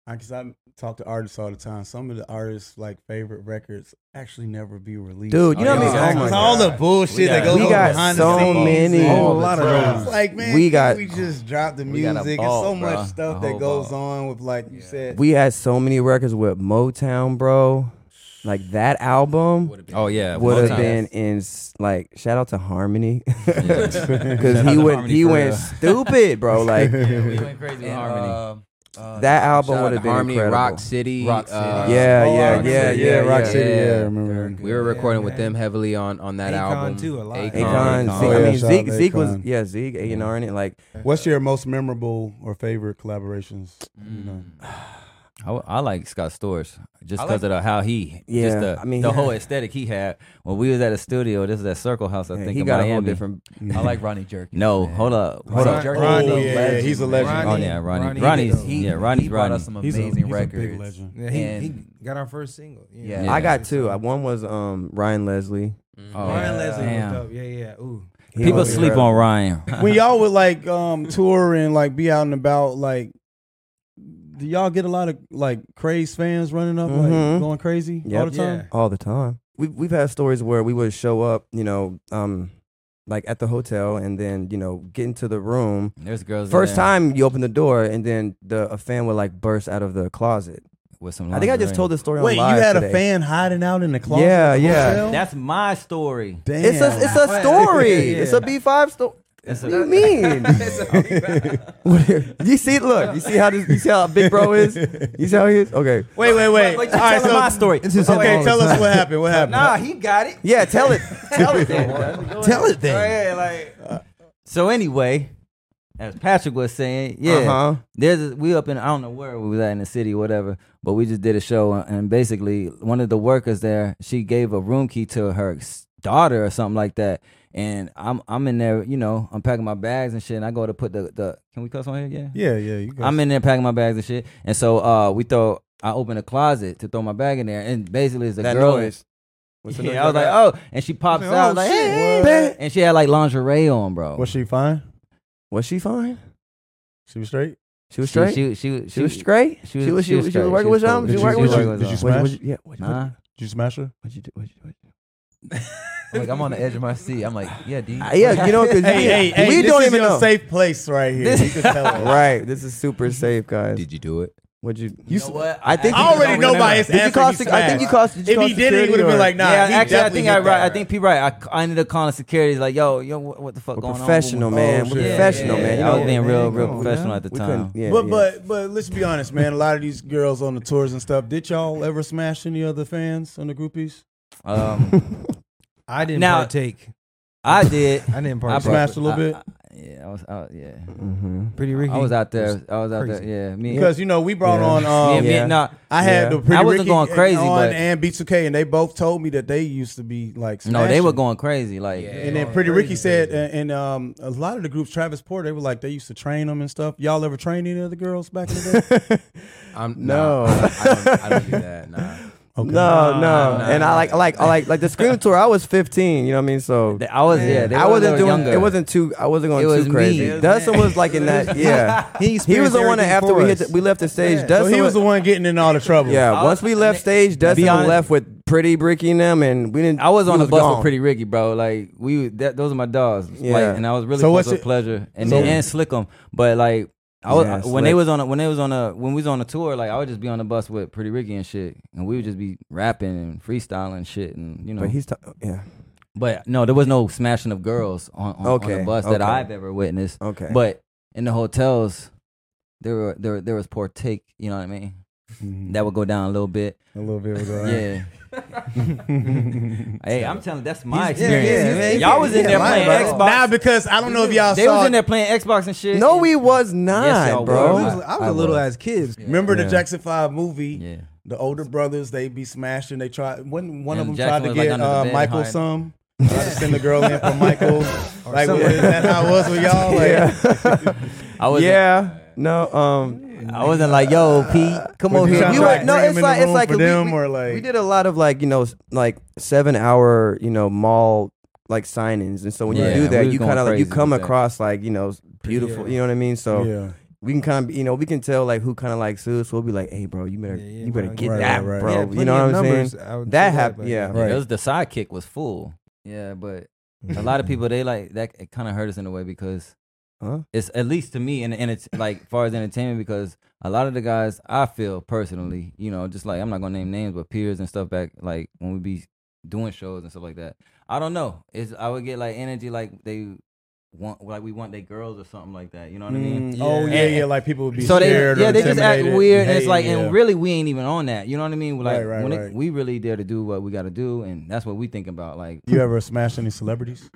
[SPEAKER 1] I because I talk to artists all the time. Some of the artists' like favorite records actually never be released.
[SPEAKER 4] Dude, you
[SPEAKER 6] know
[SPEAKER 1] Oh,
[SPEAKER 6] what I mean?
[SPEAKER 1] yeah.
[SPEAKER 6] Oh my
[SPEAKER 1] It's all the
[SPEAKER 6] God.
[SPEAKER 1] bullshit that
[SPEAKER 6] got-
[SPEAKER 1] goes
[SPEAKER 4] we
[SPEAKER 1] on
[SPEAKER 4] got
[SPEAKER 1] behind
[SPEAKER 4] so
[SPEAKER 1] the scenes.
[SPEAKER 4] many.
[SPEAKER 1] All
[SPEAKER 3] A
[SPEAKER 1] the
[SPEAKER 3] lot of
[SPEAKER 1] time.
[SPEAKER 3] those.
[SPEAKER 1] It's like man,
[SPEAKER 4] We
[SPEAKER 1] we
[SPEAKER 4] got-
[SPEAKER 1] got we just dropped the
[SPEAKER 6] We got a
[SPEAKER 1] music.
[SPEAKER 6] vault,
[SPEAKER 1] it's so much
[SPEAKER 6] bruh.
[SPEAKER 1] stuff
[SPEAKER 6] A
[SPEAKER 1] that
[SPEAKER 6] whole
[SPEAKER 1] goes
[SPEAKER 6] vault.
[SPEAKER 1] on with like you
[SPEAKER 6] Yeah.
[SPEAKER 1] said. <laughs>
[SPEAKER 4] We had so many records with Motown, bro. Like that album.
[SPEAKER 2] Oh yeah,
[SPEAKER 4] would have
[SPEAKER 2] Motown.
[SPEAKER 4] been in s- like shout out to Harmony <laughs>
[SPEAKER 2] Shout
[SPEAKER 4] because
[SPEAKER 2] out
[SPEAKER 4] he
[SPEAKER 2] to
[SPEAKER 4] went
[SPEAKER 2] Harmony
[SPEAKER 4] he
[SPEAKER 2] for
[SPEAKER 4] went
[SPEAKER 2] real. <laughs>
[SPEAKER 4] stupid, bro. Like
[SPEAKER 6] we went crazy with Harmony. uh,
[SPEAKER 4] that
[SPEAKER 5] Shout
[SPEAKER 4] album
[SPEAKER 5] out
[SPEAKER 4] would
[SPEAKER 5] to
[SPEAKER 4] have been
[SPEAKER 5] Harmony,
[SPEAKER 4] incredible.
[SPEAKER 5] Rock City,
[SPEAKER 6] Rock City.
[SPEAKER 4] yeah,
[SPEAKER 5] uh,
[SPEAKER 1] Oh,
[SPEAKER 4] yeah,
[SPEAKER 1] Rock
[SPEAKER 4] yeah,
[SPEAKER 1] City,
[SPEAKER 4] yeah,
[SPEAKER 1] yeah, Rock
[SPEAKER 4] yeah.
[SPEAKER 1] City, yeah, I remember.
[SPEAKER 4] Very
[SPEAKER 5] We were
[SPEAKER 3] Yeah,
[SPEAKER 5] recording with
[SPEAKER 3] man.
[SPEAKER 5] them heavily on on that
[SPEAKER 3] Akon,
[SPEAKER 5] album
[SPEAKER 3] too, a lot.
[SPEAKER 4] Akon,
[SPEAKER 5] Akon.
[SPEAKER 4] Zeke,
[SPEAKER 1] Oh, yeah,
[SPEAKER 4] I mean
[SPEAKER 1] shout
[SPEAKER 4] Zeke,
[SPEAKER 1] out to
[SPEAKER 4] Zeke was
[SPEAKER 1] Akon.
[SPEAKER 4] yeah Zeke A and R in it. Like
[SPEAKER 1] What's your most memorable or favorite collaborations? You know?
[SPEAKER 2] I, I like Scott Storch just
[SPEAKER 6] I
[SPEAKER 2] because
[SPEAKER 6] like-
[SPEAKER 2] of the, how he,
[SPEAKER 4] Yeah,
[SPEAKER 2] just the,
[SPEAKER 4] I mean,
[SPEAKER 2] the
[SPEAKER 4] <laughs> he-
[SPEAKER 2] whole aesthetic he had when we was at a studio. This is at Circle House, I
[SPEAKER 4] man,
[SPEAKER 2] think.
[SPEAKER 4] he
[SPEAKER 2] in
[SPEAKER 4] got a whole
[SPEAKER 2] Miami.
[SPEAKER 4] different.
[SPEAKER 6] I like Ronnie
[SPEAKER 2] <laughs>
[SPEAKER 6] Jerky.
[SPEAKER 2] No,
[SPEAKER 6] man.
[SPEAKER 2] hold up, hold
[SPEAKER 3] Ronnie-
[SPEAKER 2] up.
[SPEAKER 3] Jerky.
[SPEAKER 1] Ronnie,
[SPEAKER 3] Oh,
[SPEAKER 1] yeah,
[SPEAKER 3] legend,
[SPEAKER 1] he's a
[SPEAKER 3] man.
[SPEAKER 1] legend.
[SPEAKER 2] oh yeah, Ronnie.
[SPEAKER 3] Ronnie
[SPEAKER 2] Ronnie's
[SPEAKER 3] Diego.
[SPEAKER 2] yeah, Ronnie's
[SPEAKER 6] he brought
[SPEAKER 2] Ronnie.
[SPEAKER 6] us some
[SPEAKER 1] He's a-
[SPEAKER 6] Mm, amazing
[SPEAKER 1] he's a big
[SPEAKER 6] records.
[SPEAKER 1] legend.
[SPEAKER 3] Yeah, he, he
[SPEAKER 6] And-
[SPEAKER 3] got our first single. you know.
[SPEAKER 6] Yeah.
[SPEAKER 4] I
[SPEAKER 2] Yeah.
[SPEAKER 4] got two. Uh, One was um Ryan Leslie.
[SPEAKER 2] Oh,
[SPEAKER 3] Ryan
[SPEAKER 5] Mm-hmm.
[SPEAKER 2] yeah.
[SPEAKER 3] Leslie
[SPEAKER 2] Damn.
[SPEAKER 3] was dope. Yeah, yeah. Ooh,
[SPEAKER 4] He
[SPEAKER 2] People
[SPEAKER 4] was
[SPEAKER 2] sleep
[SPEAKER 4] incredible.
[SPEAKER 2] on Ryan.
[SPEAKER 1] when y'all would like um tour and like be out and about, like do y'all get a lot of like crazed fans running up,
[SPEAKER 4] Mhm.
[SPEAKER 1] like going crazy all
[SPEAKER 4] Yep.
[SPEAKER 1] the time?
[SPEAKER 4] all the time. We've we've had stories where we would show up, you know, um, like at the hotel, and then you know get into the room,
[SPEAKER 2] There's girls in
[SPEAKER 4] First
[SPEAKER 2] there
[SPEAKER 4] time you open the door, and then the a fan would like burst out of the closet.
[SPEAKER 2] with some.
[SPEAKER 4] I think I just
[SPEAKER 2] lingerie.
[SPEAKER 4] told this story on
[SPEAKER 1] Wait, you
[SPEAKER 4] live
[SPEAKER 1] had a
[SPEAKER 4] today.
[SPEAKER 1] fan hiding out in the closet?
[SPEAKER 4] Yeah,
[SPEAKER 1] at the
[SPEAKER 4] yeah.
[SPEAKER 1] hotel?
[SPEAKER 2] That's my
[SPEAKER 4] <laughs>
[SPEAKER 2] story.
[SPEAKER 1] Damn.
[SPEAKER 4] It's a it's a
[SPEAKER 3] Wait,
[SPEAKER 4] story.
[SPEAKER 3] yeah, yeah.
[SPEAKER 4] It's a B five story.
[SPEAKER 2] That's
[SPEAKER 4] What
[SPEAKER 2] a-
[SPEAKER 4] do you mean? <laughs> What do you- you see, look, you see how this, you see how big
[SPEAKER 1] <laughs>
[SPEAKER 4] bro is. You see how he is. Okay,
[SPEAKER 1] wait, wait, wait.
[SPEAKER 2] But you
[SPEAKER 1] all right,
[SPEAKER 2] telling
[SPEAKER 1] so
[SPEAKER 2] my story.
[SPEAKER 1] okay, tell us what happened. What happened?
[SPEAKER 2] Nah, he got it.
[SPEAKER 4] yeah, <laughs> tell it.
[SPEAKER 2] Tell it then.
[SPEAKER 1] <laughs> tell it then.
[SPEAKER 2] Yeah, like.
[SPEAKER 4] uh,
[SPEAKER 2] So anyway, as Patrick was saying, yeah,
[SPEAKER 4] Uh-huh.
[SPEAKER 2] there's a, we up in I don't know where we was at in the city, or whatever. But we just did a show, and basically one of the workers there, she gave a room key to her s- daughter or something like that. And I'm I'm in there, you know, I'm packing my bags and shit, and I go to put the the. Can we cuss on here?
[SPEAKER 1] Yeah,
[SPEAKER 2] Yeah.
[SPEAKER 1] yeah. You go.
[SPEAKER 2] I'm in there packing my bags and shit, and so uh, we throw. I open a closet to throw my bag in there, and basically it's a
[SPEAKER 4] That
[SPEAKER 2] girl. <laughs>
[SPEAKER 4] noise. What's the noise
[SPEAKER 2] Yeah, I was like,
[SPEAKER 4] that
[SPEAKER 2] oh, and she pops
[SPEAKER 1] like,
[SPEAKER 2] out
[SPEAKER 1] oh,
[SPEAKER 2] like,
[SPEAKER 1] shit,
[SPEAKER 2] hey,
[SPEAKER 1] what?
[SPEAKER 2] hey. and she had like lingerie on, bro.
[SPEAKER 1] was she fine?
[SPEAKER 4] Was she fine?
[SPEAKER 1] She was straight?
[SPEAKER 4] She was straight.
[SPEAKER 2] She,
[SPEAKER 4] She,
[SPEAKER 2] she, she,
[SPEAKER 4] was straight.
[SPEAKER 2] she
[SPEAKER 4] She
[SPEAKER 2] was-
[SPEAKER 4] was she was,
[SPEAKER 2] she was
[SPEAKER 4] working with
[SPEAKER 2] straight.
[SPEAKER 4] something.
[SPEAKER 1] Did
[SPEAKER 4] She
[SPEAKER 1] you,
[SPEAKER 4] was
[SPEAKER 1] did
[SPEAKER 4] working
[SPEAKER 1] you,
[SPEAKER 4] with
[SPEAKER 2] she
[SPEAKER 1] did you
[SPEAKER 4] something.
[SPEAKER 2] was
[SPEAKER 1] smash?
[SPEAKER 4] yeah. what- what-
[SPEAKER 2] Nah,
[SPEAKER 1] Did you smash her?
[SPEAKER 6] What'd you do? What'd you do? What'd you do? I'm like, I'm on the edge of my seat. I'm like, yeah, D.
[SPEAKER 4] Uh, yeah, you know, because
[SPEAKER 1] Hey, hey, hey,
[SPEAKER 4] we
[SPEAKER 1] this
[SPEAKER 4] don't
[SPEAKER 1] is
[SPEAKER 4] even
[SPEAKER 1] your
[SPEAKER 4] know.
[SPEAKER 1] safe place right here. you can tell her.
[SPEAKER 4] <laughs> right, this is super safe, guys.
[SPEAKER 5] Did you do it?
[SPEAKER 4] Would you?
[SPEAKER 6] You know what?
[SPEAKER 4] I think
[SPEAKER 1] I
[SPEAKER 4] you-
[SPEAKER 1] already know by his
[SPEAKER 4] Did you
[SPEAKER 1] answer
[SPEAKER 4] call?
[SPEAKER 1] he
[SPEAKER 4] sec- I think you
[SPEAKER 1] smashed.
[SPEAKER 4] called. Did you
[SPEAKER 1] If
[SPEAKER 4] call
[SPEAKER 1] he didn't, he
[SPEAKER 4] security
[SPEAKER 1] would have
[SPEAKER 4] or-
[SPEAKER 1] been like, nah.
[SPEAKER 2] yeah,
[SPEAKER 1] he
[SPEAKER 2] actually, I
[SPEAKER 1] definitely
[SPEAKER 2] think
[SPEAKER 1] hit
[SPEAKER 2] I
[SPEAKER 1] that,
[SPEAKER 2] right. I think P right. I, I ended up calling security. Like, yo, yo, what, what the fuck
[SPEAKER 4] We're
[SPEAKER 2] going
[SPEAKER 4] professional,
[SPEAKER 2] on?
[SPEAKER 4] man.
[SPEAKER 1] Oh,
[SPEAKER 4] We're
[SPEAKER 1] shit.
[SPEAKER 4] professional,
[SPEAKER 1] Yeah,
[SPEAKER 4] man. You
[SPEAKER 2] I was
[SPEAKER 4] know,
[SPEAKER 2] being
[SPEAKER 3] man,
[SPEAKER 2] real,
[SPEAKER 3] come
[SPEAKER 2] real
[SPEAKER 3] on,
[SPEAKER 2] professional
[SPEAKER 3] man.
[SPEAKER 2] at the
[SPEAKER 4] we
[SPEAKER 2] time.
[SPEAKER 4] couldn't. Yeah,
[SPEAKER 1] but
[SPEAKER 4] yeah.
[SPEAKER 1] but but let's be honest, man. A lot of these girls on the tours and stuff. Did y'all ever smash any other fans on the groupies?
[SPEAKER 2] Um,
[SPEAKER 3] I didn't
[SPEAKER 2] Now-
[SPEAKER 3] partake.
[SPEAKER 2] I did.
[SPEAKER 3] I
[SPEAKER 2] <laughs>
[SPEAKER 3] didn't
[SPEAKER 2] I
[SPEAKER 3] partake.
[SPEAKER 1] brought- smashed a little
[SPEAKER 2] I-
[SPEAKER 1] bit?
[SPEAKER 2] I- yeah, I was. I, was- yeah,
[SPEAKER 4] Mhm.
[SPEAKER 3] Pretty Ricky.
[SPEAKER 2] I was out there. I was out
[SPEAKER 3] crazy.
[SPEAKER 2] there. Yeah, me.
[SPEAKER 1] Because you know we brought
[SPEAKER 4] Yeah.
[SPEAKER 1] on.
[SPEAKER 2] me,
[SPEAKER 1] Um,
[SPEAKER 2] and- me, and- nah,
[SPEAKER 1] I had
[SPEAKER 4] Yeah.
[SPEAKER 1] the pretty
[SPEAKER 2] I wasn't
[SPEAKER 1] Ricky
[SPEAKER 2] going crazy,
[SPEAKER 1] on
[SPEAKER 2] but-
[SPEAKER 1] and B2K, and they both told me that they used to be like.
[SPEAKER 2] no, they were
[SPEAKER 1] smashing.
[SPEAKER 2] going crazy. Like,
[SPEAKER 5] Yeah.
[SPEAKER 1] And then Pretty Ricky said, and, and um, a lot of the groups, Travis Porter, they were like, they used to train them and stuff. Y'all ever train any of the girls back in the day?
[SPEAKER 5] I'm
[SPEAKER 4] No.
[SPEAKER 5] nah, I, don't, I, don't, I don't do that. Nah.
[SPEAKER 1] Okay.
[SPEAKER 4] No, no,
[SPEAKER 5] no,
[SPEAKER 4] and I like, I like, I like, like the scream tour. I was 15. You know what I mean? So
[SPEAKER 2] th- I was. Yeah, they were
[SPEAKER 4] I
[SPEAKER 2] a
[SPEAKER 4] wasn't
[SPEAKER 2] little
[SPEAKER 4] doing.
[SPEAKER 2] Younger.
[SPEAKER 4] It wasn't too. I wasn't going
[SPEAKER 2] It was
[SPEAKER 4] too crazy.
[SPEAKER 2] me.
[SPEAKER 4] Dustin was like in
[SPEAKER 2] <laughs>
[SPEAKER 4] that. Yeah,
[SPEAKER 3] He,
[SPEAKER 4] he was
[SPEAKER 3] experienced
[SPEAKER 4] the one that
[SPEAKER 3] everything
[SPEAKER 4] after
[SPEAKER 3] for
[SPEAKER 4] we hit,
[SPEAKER 3] us.
[SPEAKER 4] the, we left the stage.
[SPEAKER 1] So
[SPEAKER 4] Dustin
[SPEAKER 1] he was the one getting in all the trouble.
[SPEAKER 4] Yeah,
[SPEAKER 2] I
[SPEAKER 4] once
[SPEAKER 2] was-
[SPEAKER 4] we left stage, Dustin
[SPEAKER 2] honest-
[SPEAKER 4] left with Pretty Bricky and them, and we didn't.
[SPEAKER 2] I was
[SPEAKER 4] we
[SPEAKER 2] on the bus
[SPEAKER 4] gone.
[SPEAKER 2] with Pretty Ricky, bro. Like we, that, those are my dogs.
[SPEAKER 4] Yeah.
[SPEAKER 2] Like, and I was really
[SPEAKER 1] So
[SPEAKER 2] so
[SPEAKER 1] what's
[SPEAKER 2] with
[SPEAKER 1] it-
[SPEAKER 2] pleasure and
[SPEAKER 1] so-
[SPEAKER 2] then and Slickum. But like I was
[SPEAKER 4] Yeah,
[SPEAKER 2] when
[SPEAKER 4] Slick.
[SPEAKER 2] they was on a, when they was on a when we was on a tour, like I would just be on the bus with Pretty Ricky and shit, and we would just be rapping and freestyling shit, and you know.
[SPEAKER 4] But
[SPEAKER 2] But,
[SPEAKER 4] he's ta- yeah.
[SPEAKER 2] no, there was no smashing of girls on on, on
[SPEAKER 4] Okay,
[SPEAKER 2] the bus that
[SPEAKER 4] okay.
[SPEAKER 2] I've ever witnessed.
[SPEAKER 4] Okay.
[SPEAKER 2] But in the hotels, there were there there was partake. You know what I mean?
[SPEAKER 4] Mm-hmm.
[SPEAKER 2] That would go down a little bit.
[SPEAKER 1] a little bit was all right.
[SPEAKER 2] Yeah. <laughs> hey, I'm telling. That's my
[SPEAKER 4] He's- yeah,
[SPEAKER 2] experience.
[SPEAKER 4] yeah, yeah, yeah,
[SPEAKER 2] Y'all was in
[SPEAKER 4] yeah,
[SPEAKER 2] there
[SPEAKER 4] lying
[SPEAKER 2] playing
[SPEAKER 4] about it.
[SPEAKER 2] Xbox.
[SPEAKER 1] Nah, because I don't know if y'all
[SPEAKER 2] They
[SPEAKER 1] saw.
[SPEAKER 2] was in there playing Xbox and shit.
[SPEAKER 4] no,
[SPEAKER 2] and-
[SPEAKER 4] we was not,
[SPEAKER 2] y'all
[SPEAKER 4] bro.
[SPEAKER 2] were.
[SPEAKER 4] <laughs>
[SPEAKER 3] I was, I was
[SPEAKER 2] I
[SPEAKER 3] a little
[SPEAKER 2] was.
[SPEAKER 3] ass kids.
[SPEAKER 1] Remember the
[SPEAKER 4] Yeah.
[SPEAKER 1] Jackson Five movie?
[SPEAKER 2] Yeah.
[SPEAKER 1] The older brothers, they be smashing. They try. One one of them
[SPEAKER 2] And
[SPEAKER 1] tried
[SPEAKER 2] Jackson
[SPEAKER 1] to
[SPEAKER 2] was, like,
[SPEAKER 1] get
[SPEAKER 2] under the
[SPEAKER 1] uh,
[SPEAKER 2] bed
[SPEAKER 1] Michael
[SPEAKER 2] hiding.
[SPEAKER 1] some. Tried to send the girl in for
[SPEAKER 4] <laughs>
[SPEAKER 1] Michael. like,
[SPEAKER 3] something.
[SPEAKER 1] is that how it was with y'all? Like,
[SPEAKER 2] I was.
[SPEAKER 4] yeah. No. Um.
[SPEAKER 2] I wasn't like, yo, Pete, come
[SPEAKER 1] Would
[SPEAKER 2] over
[SPEAKER 1] you
[SPEAKER 2] here.
[SPEAKER 1] try
[SPEAKER 4] We
[SPEAKER 1] to
[SPEAKER 2] You
[SPEAKER 1] like
[SPEAKER 4] were, no,
[SPEAKER 1] bring him
[SPEAKER 4] it's
[SPEAKER 1] in the
[SPEAKER 4] like it's
[SPEAKER 1] room
[SPEAKER 4] like
[SPEAKER 1] for
[SPEAKER 4] we-
[SPEAKER 1] them
[SPEAKER 4] we,
[SPEAKER 1] or, like-
[SPEAKER 4] we did a lot of like you know s- like seven hour you know mall like signings, and so when
[SPEAKER 2] Yeah,
[SPEAKER 4] you do that,
[SPEAKER 2] we was
[SPEAKER 4] you
[SPEAKER 2] going
[SPEAKER 4] kind of like you
[SPEAKER 2] crazy
[SPEAKER 4] come
[SPEAKER 2] with that.
[SPEAKER 4] across like you know beautiful, you know what I mean? So
[SPEAKER 1] Oh, yeah.
[SPEAKER 4] we can kind of you know we can tell like who kind of likes who, so we'll be like, hey, bro, you better
[SPEAKER 3] Yeah, yeah,
[SPEAKER 4] you better
[SPEAKER 3] bro,
[SPEAKER 4] get
[SPEAKER 1] right, right,
[SPEAKER 4] that,
[SPEAKER 1] right.
[SPEAKER 4] bro.
[SPEAKER 3] Yeah,
[SPEAKER 4] you
[SPEAKER 3] plenty
[SPEAKER 4] know
[SPEAKER 3] of
[SPEAKER 4] what I'm
[SPEAKER 3] numbers, I
[SPEAKER 4] saying?
[SPEAKER 3] would
[SPEAKER 4] That
[SPEAKER 3] say that,
[SPEAKER 4] happened.
[SPEAKER 3] but-
[SPEAKER 4] Yeah.
[SPEAKER 1] Right.
[SPEAKER 2] It was the sidekick was full. Yeah, but a lot of people they like that. It kind of hurt us in a way because
[SPEAKER 4] Huh?
[SPEAKER 2] it's at least to me, and and it's like far as entertainment because a lot of the guys I feel personally, you know, just like I'm not gonna name names, but peers and stuff back like when we be doing shows and stuff like that. I don't know. It's I would get like energy like they want like we want their girls or something like that. You know what I mean?
[SPEAKER 1] Mm, Oh yeah,
[SPEAKER 2] And-
[SPEAKER 1] yeah. Like people would be
[SPEAKER 2] so they
[SPEAKER 1] scared or
[SPEAKER 2] yeah they just act
[SPEAKER 1] intimidated,
[SPEAKER 2] weird and it's
[SPEAKER 1] hating,
[SPEAKER 2] like
[SPEAKER 1] yeah.
[SPEAKER 2] and really we ain't even on that you know what I mean like
[SPEAKER 1] Right, right,
[SPEAKER 2] when
[SPEAKER 1] right.
[SPEAKER 2] It, we really there to do what we got to do and that's what we think about like
[SPEAKER 1] You ever smash any
[SPEAKER 2] <laughs>
[SPEAKER 1] celebrities?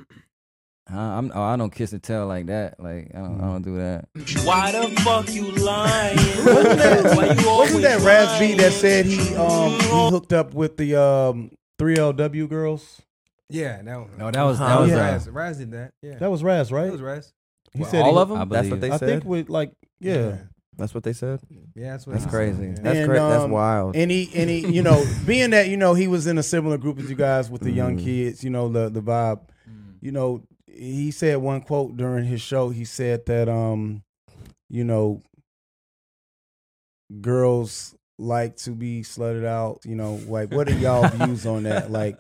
[SPEAKER 2] huh, I'm oh, I don't kiss and tell like that like I don't, I don't do that
[SPEAKER 7] Why the fuck you lying?
[SPEAKER 1] Wasn't that-
[SPEAKER 7] Why you
[SPEAKER 1] Wasn't
[SPEAKER 7] always
[SPEAKER 1] that Raz B that
[SPEAKER 7] lying?
[SPEAKER 1] said he um he hooked up with the um 3LW girls?
[SPEAKER 3] Yeah, that one.
[SPEAKER 2] no that was
[SPEAKER 4] Huh?
[SPEAKER 2] that was
[SPEAKER 1] Yeah.
[SPEAKER 2] uh,
[SPEAKER 3] Raz. Raz did that. Yeah,
[SPEAKER 1] That was Raz,
[SPEAKER 3] that
[SPEAKER 1] right?
[SPEAKER 3] was Raz.
[SPEAKER 1] He
[SPEAKER 4] Well,
[SPEAKER 1] said
[SPEAKER 4] all
[SPEAKER 1] he-
[SPEAKER 4] of them.
[SPEAKER 2] I
[SPEAKER 4] That's what they
[SPEAKER 2] believe.
[SPEAKER 1] I
[SPEAKER 4] said.
[SPEAKER 1] think with like yeah.
[SPEAKER 4] That's what they said.
[SPEAKER 3] Yeah, that's what.
[SPEAKER 4] That's
[SPEAKER 3] he
[SPEAKER 4] crazy.
[SPEAKER 3] said, yeah.
[SPEAKER 4] That's
[SPEAKER 1] And,
[SPEAKER 4] cra- That's
[SPEAKER 1] um,
[SPEAKER 4] wild.
[SPEAKER 1] Any any you know being that you know he was in a similar group as you guys with the young
[SPEAKER 4] Mhm.
[SPEAKER 1] kids, you know the the vibe. You know he said one quote during his show. He said that um you know girls like to be slutted out. You know like what are y'all views on that? Like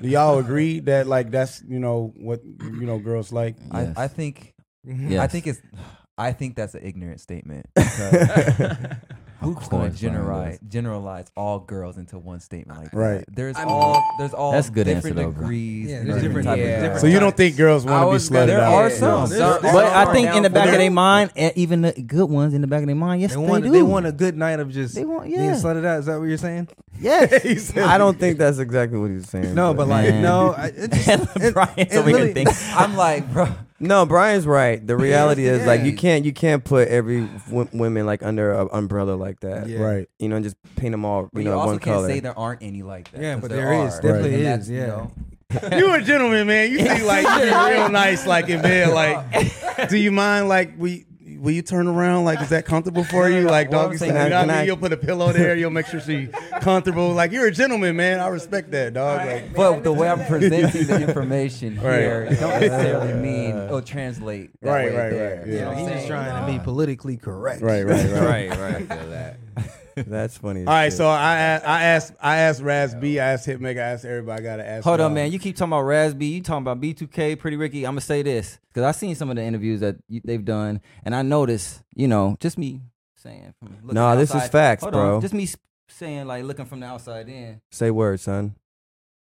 [SPEAKER 1] do y'all agree that like that's you know what you know girls like?
[SPEAKER 6] I,
[SPEAKER 2] Yes.
[SPEAKER 6] I think
[SPEAKER 2] Yes.
[SPEAKER 6] I think it's I think that's an ignorant statement. because Who's
[SPEAKER 2] course,
[SPEAKER 6] going
[SPEAKER 2] man,
[SPEAKER 6] to generalize generalize all girls into one statement like that?
[SPEAKER 1] Right.
[SPEAKER 6] There's
[SPEAKER 5] I mean-
[SPEAKER 6] all there's all
[SPEAKER 2] That's a good answer,
[SPEAKER 6] different
[SPEAKER 2] though, bro.
[SPEAKER 6] degrees.
[SPEAKER 3] Yeah,
[SPEAKER 6] and
[SPEAKER 3] there's different-
[SPEAKER 6] different type of-
[SPEAKER 5] yeah.
[SPEAKER 6] different
[SPEAKER 1] So you
[SPEAKER 6] types.
[SPEAKER 1] don't think girls
[SPEAKER 5] I
[SPEAKER 1] want to be
[SPEAKER 5] was gonna-
[SPEAKER 1] slutted
[SPEAKER 6] There
[SPEAKER 1] out?
[SPEAKER 6] are
[SPEAKER 5] Yeah.
[SPEAKER 6] some.
[SPEAKER 3] There's-
[SPEAKER 6] There
[SPEAKER 3] there's
[SPEAKER 6] are
[SPEAKER 2] but
[SPEAKER 3] all
[SPEAKER 2] I think in the back of
[SPEAKER 6] downfalls.
[SPEAKER 2] their mind eh, even the good ones in the back of their mind yes
[SPEAKER 3] They
[SPEAKER 2] they,
[SPEAKER 3] want.
[SPEAKER 2] do
[SPEAKER 3] They want a good night of just
[SPEAKER 2] They want-
[SPEAKER 3] being
[SPEAKER 2] yeah.
[SPEAKER 3] slutted out. Is that what you're saying?
[SPEAKER 4] Yes. <laughs> I
[SPEAKER 1] um,
[SPEAKER 4] don't think that's exactly what he's saying.
[SPEAKER 3] No, but like
[SPEAKER 2] Man.
[SPEAKER 3] no. I, it just, it,
[SPEAKER 2] Brian's
[SPEAKER 3] it
[SPEAKER 2] over here
[SPEAKER 3] really-
[SPEAKER 6] <laughs>
[SPEAKER 2] thinking.
[SPEAKER 6] I'm like, bro.
[SPEAKER 4] No, Brian's right. The reality is like you
[SPEAKER 6] Yeah.
[SPEAKER 4] can't you can't put every w- women like under an umbrella like that.
[SPEAKER 3] Yeah.
[SPEAKER 1] Right.
[SPEAKER 4] You know, and just paint them all
[SPEAKER 6] But
[SPEAKER 4] you
[SPEAKER 6] you,
[SPEAKER 4] know
[SPEAKER 6] also
[SPEAKER 4] one
[SPEAKER 6] can't
[SPEAKER 4] color.
[SPEAKER 6] say there aren't any like that.
[SPEAKER 3] Yeah,
[SPEAKER 6] 'cause
[SPEAKER 3] but
[SPEAKER 6] there,
[SPEAKER 3] there is.
[SPEAKER 6] are.
[SPEAKER 3] Definitely
[SPEAKER 6] And
[SPEAKER 3] is,
[SPEAKER 6] that's,
[SPEAKER 3] yeah.
[SPEAKER 6] You know,
[SPEAKER 1] You a gentleman, man. You seem like you be real nice, like in bed. Like, do you mind? Like, we will you turn around? Like, is that comfortable for you? Like,
[SPEAKER 6] What I'm
[SPEAKER 1] dog, you,
[SPEAKER 6] saying-
[SPEAKER 1] know what I
[SPEAKER 4] Can
[SPEAKER 1] mean?
[SPEAKER 4] I-
[SPEAKER 1] You'll put a pillow there. You'll make sure she comfortable. Like, you're a gentleman, man. I respect that, dog. Like,
[SPEAKER 6] but the way I'm presenting the information
[SPEAKER 1] Right.
[SPEAKER 6] here don't necessarily mean
[SPEAKER 2] oh,
[SPEAKER 6] it'll translate. That
[SPEAKER 1] Right,
[SPEAKER 6] way
[SPEAKER 1] right,
[SPEAKER 6] there.
[SPEAKER 1] right,
[SPEAKER 6] You
[SPEAKER 1] yeah.
[SPEAKER 6] know what I'm
[SPEAKER 3] He's just
[SPEAKER 6] saying?
[SPEAKER 2] <laughs>
[SPEAKER 4] <laughs>
[SPEAKER 3] trying to be politically correct.
[SPEAKER 1] right,
[SPEAKER 2] right right I feel that
[SPEAKER 4] That's funny. as
[SPEAKER 1] All right,
[SPEAKER 4] shit.
[SPEAKER 1] so I a- I asked I asked Raz B, I asked Hitmaker, I asked everybody. I gotta ask.
[SPEAKER 2] Hold
[SPEAKER 1] y'all.
[SPEAKER 2] on, man. You keep talking about Rasby. You talking about B2K, Pretty Ricky. I'm gonna say this because I seen some of the interviews that you, they've done, and I noticed, you know, just me saying. From looking
[SPEAKER 4] Nah, this is
[SPEAKER 2] outside-
[SPEAKER 4] facts,
[SPEAKER 2] Hold
[SPEAKER 4] bro.
[SPEAKER 2] On, just me s- saying, like looking from the outside in.
[SPEAKER 4] Say word, son.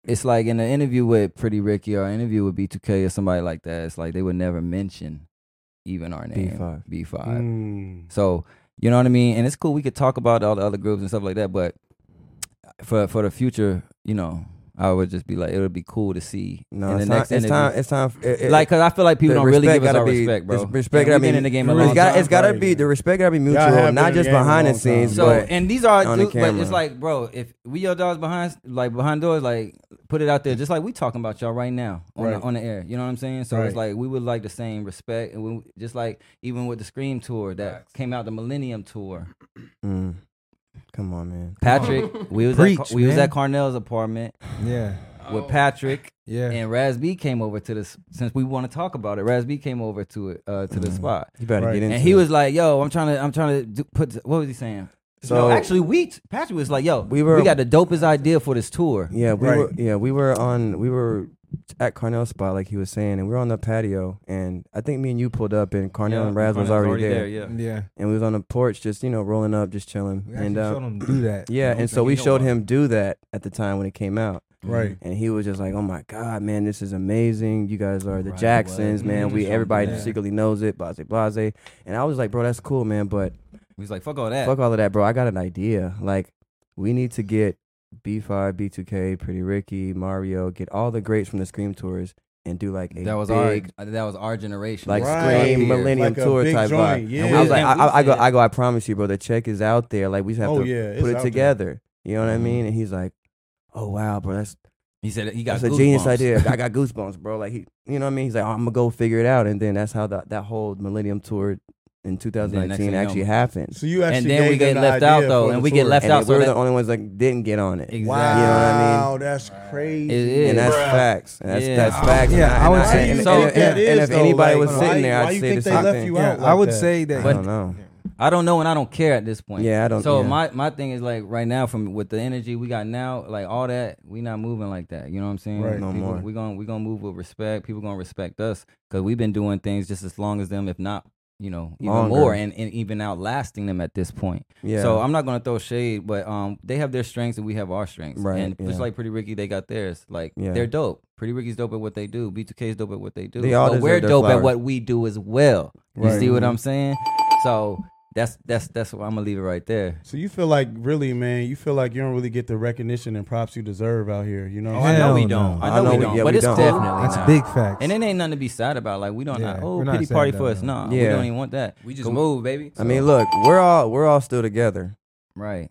[SPEAKER 2] It's like in an interview with Pretty Ricky or an interview with B2K or somebody like that. It's like they would never mention even our name.
[SPEAKER 4] B5.
[SPEAKER 2] B5.
[SPEAKER 1] Mm.
[SPEAKER 2] So you know what I mean, and it's cool. We could talk about all the other groups and stuff like that, but for for the future, you know, I would just be like, it would be cool to see
[SPEAKER 4] No,
[SPEAKER 2] in the
[SPEAKER 4] it's,
[SPEAKER 2] next
[SPEAKER 4] time, it's
[SPEAKER 2] interview.
[SPEAKER 4] time. It's time. It, it,
[SPEAKER 2] like, cause I feel like people
[SPEAKER 4] the
[SPEAKER 2] don't really
[SPEAKER 4] respect
[SPEAKER 2] give us
[SPEAKER 4] gotta
[SPEAKER 2] our
[SPEAKER 4] be-
[SPEAKER 2] respect, bro.
[SPEAKER 4] it's respect
[SPEAKER 2] And
[SPEAKER 4] gotta
[SPEAKER 2] we've been
[SPEAKER 4] be-
[SPEAKER 2] in the game a
[SPEAKER 1] it's
[SPEAKER 2] long
[SPEAKER 4] it's got.
[SPEAKER 2] time.
[SPEAKER 4] It's got to
[SPEAKER 1] Right,
[SPEAKER 4] be
[SPEAKER 1] man.
[SPEAKER 4] the respect got to be
[SPEAKER 1] have been
[SPEAKER 4] mutual,
[SPEAKER 1] in
[SPEAKER 4] not
[SPEAKER 1] the
[SPEAKER 4] just
[SPEAKER 1] game a
[SPEAKER 4] behind the
[SPEAKER 1] long time.
[SPEAKER 4] scenes.
[SPEAKER 2] So
[SPEAKER 4] but
[SPEAKER 2] and these are
[SPEAKER 4] on the
[SPEAKER 2] dude, like it's
[SPEAKER 4] camera.
[SPEAKER 2] like, bro, if we your dogs behind like behind doors, like put it out there, just like we talking about y'all right now on
[SPEAKER 1] Right.
[SPEAKER 2] the, on the air. You know what I'm saying? So it's like we would like the same respect, and we, just like even with the Scream tour that came out, the Millennium tour.
[SPEAKER 4] Mm. come on, man.
[SPEAKER 2] Patrick, we was at,
[SPEAKER 3] Preach,
[SPEAKER 2] Car- we was
[SPEAKER 3] man.
[SPEAKER 2] at Carnell's apartment
[SPEAKER 3] Yeah,
[SPEAKER 2] with Patrick
[SPEAKER 3] yeah.
[SPEAKER 2] and Raz B came over to this since we want to talk about it. Raz B came over to it uh, to the spot,
[SPEAKER 4] You better
[SPEAKER 1] Right.
[SPEAKER 4] get Mm-hmm. into.
[SPEAKER 2] and he
[SPEAKER 4] it.
[SPEAKER 2] was like, "Yo, I'm trying to I'm trying to do, put what was he saying?
[SPEAKER 4] so
[SPEAKER 2] no, actually, we t- Patrick was like, "Yo, we
[SPEAKER 4] We
[SPEAKER 2] were
[SPEAKER 4] were-
[SPEAKER 2] we got the dopest idea for this tour."
[SPEAKER 4] Yeah, we
[SPEAKER 1] Right.
[SPEAKER 4] were. Yeah, we were on. We were at Carnell spot, like he was saying, and we were on the patio. And I think me and you pulled up, and Carnell and Raz was already, there.
[SPEAKER 2] yeah.
[SPEAKER 3] yeah.
[SPEAKER 4] And we was on the porch, just you know, rolling up, just chilling.
[SPEAKER 3] We actually
[SPEAKER 4] And
[SPEAKER 3] showed
[SPEAKER 4] uh,
[SPEAKER 3] him to do that.
[SPEAKER 4] yeah, and so
[SPEAKER 2] you
[SPEAKER 4] we
[SPEAKER 2] don't
[SPEAKER 4] showed
[SPEAKER 2] know.
[SPEAKER 4] him do that at the time when it came out.
[SPEAKER 1] Right.
[SPEAKER 4] And he was just like, "Oh my God, man, this is amazing! You guys are the
[SPEAKER 6] Right,
[SPEAKER 4] Jacksons,
[SPEAKER 6] what?
[SPEAKER 4] man.
[SPEAKER 6] Mhm.
[SPEAKER 4] We
[SPEAKER 6] Something
[SPEAKER 4] everybody
[SPEAKER 3] like that.
[SPEAKER 4] secretly knows it, blase blase." And I was like, "Bro, that's cool, man, but
[SPEAKER 2] He was like, "Fuck all that."
[SPEAKER 4] fuck all of that, bro. I got an idea. Like, we need to get B5, B2K, Pretty Ricky, Mario, get all the greats from the Scream tours, and do like a
[SPEAKER 2] that was
[SPEAKER 4] big,
[SPEAKER 6] uh,
[SPEAKER 2] our that was our generation,
[SPEAKER 4] like
[SPEAKER 1] Right.
[SPEAKER 4] Scream
[SPEAKER 2] Our peers.
[SPEAKER 4] Millennium
[SPEAKER 1] Like a
[SPEAKER 4] tour
[SPEAKER 1] big
[SPEAKER 4] type
[SPEAKER 1] joint,
[SPEAKER 4] vibe.
[SPEAKER 1] yeah.
[SPEAKER 4] And I was like,
[SPEAKER 2] And we
[SPEAKER 4] I, I, I go,
[SPEAKER 2] said-
[SPEAKER 4] I go. I promise you, bro. The check is out there. Like, we just have
[SPEAKER 1] Oh
[SPEAKER 4] to
[SPEAKER 1] yeah. it's out
[SPEAKER 4] put
[SPEAKER 1] there.
[SPEAKER 4] it
[SPEAKER 1] Mm-hmm.
[SPEAKER 4] together. You know what I mean? And he's like, Oh wow, bro, that's
[SPEAKER 2] He said he got
[SPEAKER 4] that's a genius
[SPEAKER 2] goosebumps.
[SPEAKER 4] idea.
[SPEAKER 2] <laughs>
[SPEAKER 4] I got goosebumps, bro. Like he, you know what I mean? He's like, oh, I'm gonna go figure it out, and then that's how that that whole Millennium tour in
[SPEAKER 2] next thing
[SPEAKER 4] 2019
[SPEAKER 2] you know-
[SPEAKER 4] actually happened.
[SPEAKER 1] So you actually
[SPEAKER 2] And then we
[SPEAKER 1] gave them the
[SPEAKER 2] get left
[SPEAKER 1] idea
[SPEAKER 2] out, though,
[SPEAKER 1] for
[SPEAKER 2] and
[SPEAKER 1] the
[SPEAKER 2] we get
[SPEAKER 1] tour.
[SPEAKER 2] left
[SPEAKER 4] and
[SPEAKER 2] out, so
[SPEAKER 4] we were
[SPEAKER 2] that-
[SPEAKER 4] the only ones that didn't get on it.
[SPEAKER 1] Wow,
[SPEAKER 2] Exactly.
[SPEAKER 4] You know what I mean?
[SPEAKER 1] that's crazy.
[SPEAKER 2] It is.
[SPEAKER 4] And that's facts. And that's
[SPEAKER 2] Yeah.
[SPEAKER 4] that's facts.
[SPEAKER 3] Yeah,
[SPEAKER 4] and
[SPEAKER 3] I would
[SPEAKER 4] and
[SPEAKER 3] say-
[SPEAKER 4] and,
[SPEAKER 2] So-
[SPEAKER 4] and- and-
[SPEAKER 1] It
[SPEAKER 4] and
[SPEAKER 1] is,
[SPEAKER 4] if
[SPEAKER 1] though,
[SPEAKER 4] anybody
[SPEAKER 1] like,
[SPEAKER 4] was
[SPEAKER 1] why-
[SPEAKER 4] sitting there,
[SPEAKER 1] why
[SPEAKER 4] I'd
[SPEAKER 1] you
[SPEAKER 4] say
[SPEAKER 1] think
[SPEAKER 4] the
[SPEAKER 1] they
[SPEAKER 4] same
[SPEAKER 1] left
[SPEAKER 4] thing.
[SPEAKER 1] you
[SPEAKER 3] Yeah,
[SPEAKER 1] out
[SPEAKER 3] I
[SPEAKER 1] like
[SPEAKER 3] would
[SPEAKER 1] that.
[SPEAKER 3] say
[SPEAKER 4] I
[SPEAKER 3] that.
[SPEAKER 4] don't know.
[SPEAKER 2] I don't know and I don't care at this point.
[SPEAKER 4] Yeah, I don't-
[SPEAKER 2] So
[SPEAKER 4] yeah.
[SPEAKER 2] my my thing is like right now from with the energy we got now, like all that, we not moving like that. You know what I'm saying?
[SPEAKER 1] Right.
[SPEAKER 4] No more.
[SPEAKER 2] We're gonna we're gonna move with respect. People gonna respect us because we've been doing things just as long as them, if not you know even
[SPEAKER 4] Longer.
[SPEAKER 2] more, and, and even outlasting them at this point.
[SPEAKER 4] Yeah.
[SPEAKER 2] So I'm not gonna throw shade, but um, they have their strengths and we have our strengths.
[SPEAKER 4] Right,
[SPEAKER 2] And just
[SPEAKER 4] yeah.
[SPEAKER 2] like Pretty Ricky, they got theirs. Like
[SPEAKER 4] Yeah.
[SPEAKER 2] they're dope. Pretty Ricky's dope at what they do. B2K is dope at what they do.
[SPEAKER 4] They all
[SPEAKER 2] but
[SPEAKER 4] deserve
[SPEAKER 2] we're
[SPEAKER 4] their
[SPEAKER 2] dope at
[SPEAKER 4] flowers.
[SPEAKER 2] what we do as well. You
[SPEAKER 1] Right.
[SPEAKER 2] see what I'm saying? So that's that's that's why I'm gonna leave it right there.
[SPEAKER 1] So you feel like really, man, you feel like you don't really get the recognition and props you deserve out here. You know, what
[SPEAKER 3] I
[SPEAKER 1] I
[SPEAKER 3] know
[SPEAKER 1] mean?
[SPEAKER 3] we don't.
[SPEAKER 2] I know, we don't.
[SPEAKER 4] yeah,
[SPEAKER 2] but
[SPEAKER 4] we
[SPEAKER 2] it's
[SPEAKER 4] don't.
[SPEAKER 2] cool.
[SPEAKER 5] Definitely
[SPEAKER 3] That's
[SPEAKER 5] not.
[SPEAKER 3] big facts.
[SPEAKER 2] And it ain't nothing to be sad about. Like we don't.
[SPEAKER 3] Yeah,
[SPEAKER 2] not, oh,
[SPEAKER 3] we're not
[SPEAKER 2] pity
[SPEAKER 3] sad
[SPEAKER 2] party
[SPEAKER 3] about
[SPEAKER 2] for us.
[SPEAKER 3] it.
[SPEAKER 2] No, we
[SPEAKER 4] Yeah.
[SPEAKER 2] don't even want that.
[SPEAKER 5] We just move, baby.
[SPEAKER 4] I mean, look, we're all we're all still together.
[SPEAKER 2] Right.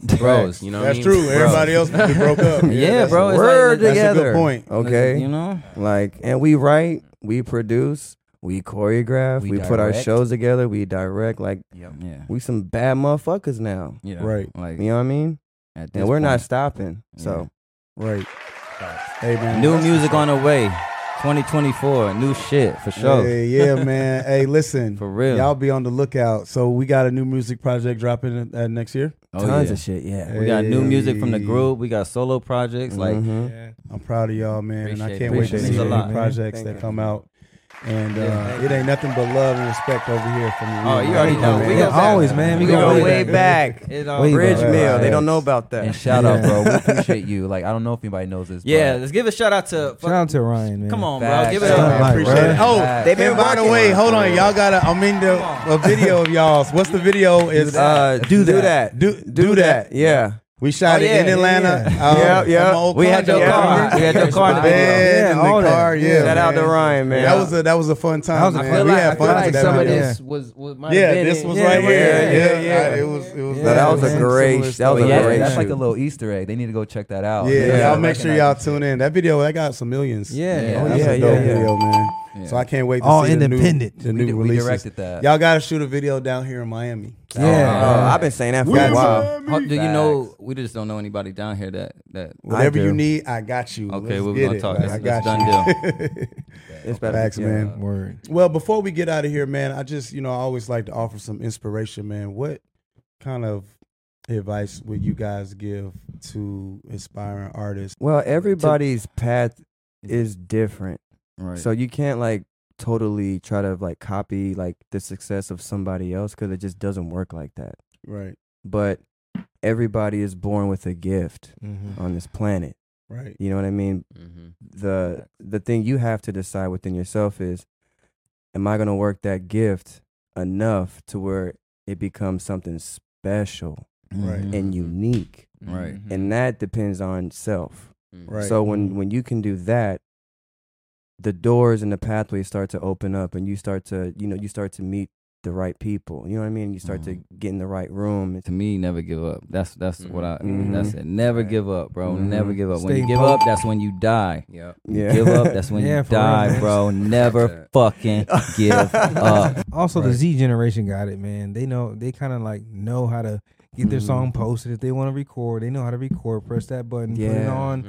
[SPEAKER 5] bros, you know. what I
[SPEAKER 1] That's
[SPEAKER 5] mean?
[SPEAKER 1] true.
[SPEAKER 5] Bros.
[SPEAKER 1] Everybody else would be broke up.
[SPEAKER 2] <laughs> Yeah,
[SPEAKER 1] that's-
[SPEAKER 2] bro, it's
[SPEAKER 4] we're
[SPEAKER 2] like-
[SPEAKER 1] that's a good
[SPEAKER 4] together.
[SPEAKER 1] point.
[SPEAKER 4] Okay.
[SPEAKER 2] You know.
[SPEAKER 4] Like, and we write, we produce, we choreograph,
[SPEAKER 6] We
[SPEAKER 4] we, put our
[SPEAKER 6] direct.
[SPEAKER 4] shows together, we direct. Like,
[SPEAKER 6] Yep.
[SPEAKER 2] Yeah.
[SPEAKER 4] we some bad motherfuckers now.
[SPEAKER 2] Yeah.
[SPEAKER 1] Right.
[SPEAKER 2] Like.
[SPEAKER 4] You know what I mean?
[SPEAKER 2] At this
[SPEAKER 4] And we're not
[SPEAKER 2] point.
[SPEAKER 4] stopping. So
[SPEAKER 1] Right. Hey man,
[SPEAKER 2] New music on the way. 2024. New shit for sure.
[SPEAKER 1] Hey, yeah,
[SPEAKER 2] <laughs>
[SPEAKER 1] man. Hey, listen,
[SPEAKER 2] For real.
[SPEAKER 1] y'all be on the lookout. So we got a new music project dropping uh, next year.
[SPEAKER 2] Oh,
[SPEAKER 4] tons
[SPEAKER 2] yeah.
[SPEAKER 4] of shit. Yeah.
[SPEAKER 2] We got new music from the
[SPEAKER 1] Hey.
[SPEAKER 2] group. We got solo projects. Like
[SPEAKER 4] Mhm.
[SPEAKER 3] Yeah.
[SPEAKER 1] I'm proud of y'all, man, and I
[SPEAKER 2] Appreciate
[SPEAKER 1] can't
[SPEAKER 2] it.
[SPEAKER 1] wait to
[SPEAKER 2] Appreciate
[SPEAKER 1] see the
[SPEAKER 2] it. Means a lot,
[SPEAKER 1] new
[SPEAKER 2] man.
[SPEAKER 1] projects
[SPEAKER 4] Thank
[SPEAKER 1] that
[SPEAKER 4] you.
[SPEAKER 1] come out. And uh,
[SPEAKER 2] Yeah, thank
[SPEAKER 1] it ain't nothing but love and respect over here from you.
[SPEAKER 2] Oh, you already know.
[SPEAKER 1] man.
[SPEAKER 2] We
[SPEAKER 3] Yeah,
[SPEAKER 2] go back.
[SPEAKER 3] always, man. We
[SPEAKER 2] We
[SPEAKER 3] go
[SPEAKER 2] go
[SPEAKER 3] way
[SPEAKER 2] way
[SPEAKER 3] back.
[SPEAKER 4] back.
[SPEAKER 2] it
[SPEAKER 3] Way
[SPEAKER 4] <laughs>
[SPEAKER 3] back.
[SPEAKER 4] Bridge
[SPEAKER 1] Right.
[SPEAKER 4] Mill. They don't know about that.
[SPEAKER 6] And shout out,
[SPEAKER 3] Yeah.
[SPEAKER 2] <laughs>
[SPEAKER 6] bro. We appreciate you. Like I don't know if anybody knows this.
[SPEAKER 2] Yeah,
[SPEAKER 6] but
[SPEAKER 2] let's give a shout out to.
[SPEAKER 3] Shout out to Ryan, man.
[SPEAKER 2] Come on, bro.
[SPEAKER 6] Facts.
[SPEAKER 2] Give it
[SPEAKER 1] Yeah,
[SPEAKER 3] Shout
[SPEAKER 2] up.
[SPEAKER 1] I
[SPEAKER 3] out,
[SPEAKER 1] appreciate
[SPEAKER 3] bro.
[SPEAKER 1] it. Oh,
[SPEAKER 6] Facts. They've
[SPEAKER 1] and
[SPEAKER 6] been
[SPEAKER 1] by the
[SPEAKER 6] working
[SPEAKER 1] way,
[SPEAKER 6] on it,
[SPEAKER 1] hold on,
[SPEAKER 6] bro.
[SPEAKER 1] y'all got to. I'm in the a video of y'all's. What's the video? Is
[SPEAKER 4] Uh, do that.
[SPEAKER 1] Do do that.
[SPEAKER 4] that. Yeah.
[SPEAKER 1] We shot
[SPEAKER 2] Oh,
[SPEAKER 1] it in
[SPEAKER 2] yeah,
[SPEAKER 1] Atlana.
[SPEAKER 4] yeah. Yep, yep.
[SPEAKER 1] at my old
[SPEAKER 4] We had
[SPEAKER 1] condo.
[SPEAKER 4] your
[SPEAKER 1] <laughs>
[SPEAKER 4] car.
[SPEAKER 2] We had your car in the video.
[SPEAKER 1] Yeah,
[SPEAKER 3] Yeah,
[SPEAKER 1] in
[SPEAKER 3] all
[SPEAKER 1] the
[SPEAKER 3] that.
[SPEAKER 1] car. Yeah,
[SPEAKER 4] Shout out to
[SPEAKER 1] man.
[SPEAKER 4] Ryan, man.
[SPEAKER 1] That was a that was a fun time.
[SPEAKER 3] was a
[SPEAKER 1] man.
[SPEAKER 3] fun-
[SPEAKER 1] we
[SPEAKER 3] like-
[SPEAKER 1] had
[SPEAKER 3] I
[SPEAKER 1] fun
[SPEAKER 3] feel
[SPEAKER 1] with
[SPEAKER 3] like
[SPEAKER 1] that
[SPEAKER 3] some of
[SPEAKER 1] video.
[SPEAKER 3] this
[SPEAKER 5] was, was my
[SPEAKER 1] Yeah, this was right
[SPEAKER 3] yeah,
[SPEAKER 1] here.
[SPEAKER 4] yeah,
[SPEAKER 1] Yeah,
[SPEAKER 4] yeah.
[SPEAKER 1] it was. It was.
[SPEAKER 3] Yeah,
[SPEAKER 4] No, that was a
[SPEAKER 3] man.
[SPEAKER 4] great. That was a
[SPEAKER 6] yeah,
[SPEAKER 4] great.
[SPEAKER 6] that's like
[SPEAKER 4] shoot.
[SPEAKER 6] a little Easter egg. They need to go check that out.
[SPEAKER 1] Yeah,
[SPEAKER 4] Yeah.
[SPEAKER 1] y'all make sure y'all tune in. That video, that got some millions.
[SPEAKER 3] Yeah.
[SPEAKER 2] Yeah.
[SPEAKER 1] That
[SPEAKER 3] Oh,
[SPEAKER 1] was
[SPEAKER 3] yeah,
[SPEAKER 1] a
[SPEAKER 3] yeah,
[SPEAKER 1] dope
[SPEAKER 3] yeah.
[SPEAKER 1] video, man.
[SPEAKER 2] Yeah.
[SPEAKER 1] So I can't wait to
[SPEAKER 3] All
[SPEAKER 1] see
[SPEAKER 3] independent.
[SPEAKER 1] the new, the new
[SPEAKER 6] We, di- we
[SPEAKER 1] releases.
[SPEAKER 6] directed that.
[SPEAKER 1] Y'all got to shoot a video down here in Miami.
[SPEAKER 3] Yeah.
[SPEAKER 4] Oh, I've been saying that for a
[SPEAKER 1] Where's
[SPEAKER 4] while.
[SPEAKER 2] Ho- Do you know? We just don't know anybody down here that that.
[SPEAKER 1] Whatever
[SPEAKER 4] do.
[SPEAKER 1] you need, I got you.
[SPEAKER 2] Okay,
[SPEAKER 1] Let's
[SPEAKER 2] we're
[SPEAKER 1] get
[SPEAKER 2] gonna
[SPEAKER 1] it.
[SPEAKER 2] talk.
[SPEAKER 1] Like, I
[SPEAKER 2] That's- that's
[SPEAKER 1] got <laughs> you.
[SPEAKER 4] It's better.
[SPEAKER 1] Facts,
[SPEAKER 4] yeah.
[SPEAKER 1] man.
[SPEAKER 3] Word.
[SPEAKER 1] Well, before we get out of here, man, I just you know I always like to offer some inspiration, man. What kind of advice would you guys give to aspiring artists?
[SPEAKER 4] Well, everybody's path is different.
[SPEAKER 2] Right.
[SPEAKER 4] So you can't like totally try to like copy like the success of somebody else because it just doesn't work like that.
[SPEAKER 1] Right,
[SPEAKER 4] But everybody is born with a gift
[SPEAKER 3] Mm-hmm.
[SPEAKER 4] on this planet.
[SPEAKER 1] right.
[SPEAKER 4] You know what I mean? The the thing you have to decide within yourself is am I going to work that gift enough to where it becomes something special
[SPEAKER 1] Right.
[SPEAKER 2] Mhm.
[SPEAKER 4] and
[SPEAKER 3] Mm-hmm.
[SPEAKER 4] unique?
[SPEAKER 6] Mm-hmm.
[SPEAKER 2] Right.
[SPEAKER 4] And that depends on self.
[SPEAKER 1] Right. <laughs>
[SPEAKER 4] So when
[SPEAKER 3] Mm-hmm.
[SPEAKER 4] when you can do that, the doors and the pathways start to open up, and you start to you know you start to meet the right people. You know what I mean? You start
[SPEAKER 2] Mhm.
[SPEAKER 3] Mm-hmm.
[SPEAKER 4] to get in the right room.
[SPEAKER 2] to me, never give up. That's that's what I.
[SPEAKER 4] Mhm.
[SPEAKER 2] That's it. Never
[SPEAKER 6] Right.
[SPEAKER 2] give up, bro.
[SPEAKER 4] Mhm.
[SPEAKER 2] Never give up. when
[SPEAKER 3] Stay
[SPEAKER 2] you give up,
[SPEAKER 3] woke.
[SPEAKER 2] that's when you die.
[SPEAKER 5] Yeah.
[SPEAKER 4] Yeah.
[SPEAKER 2] Give up, that's when
[SPEAKER 3] Yeah,
[SPEAKER 2] you
[SPEAKER 3] for real,
[SPEAKER 2] die,
[SPEAKER 3] man.
[SPEAKER 2] bro. Never fucking give up.
[SPEAKER 3] Also, the
[SPEAKER 1] Right.
[SPEAKER 3] Z generation got it, man. They know they kind of like know how to get their song
[SPEAKER 4] Mm-hmm.
[SPEAKER 3] posted if they want to record. They know how to record. Press that button, put it
[SPEAKER 4] Yeah.
[SPEAKER 3] on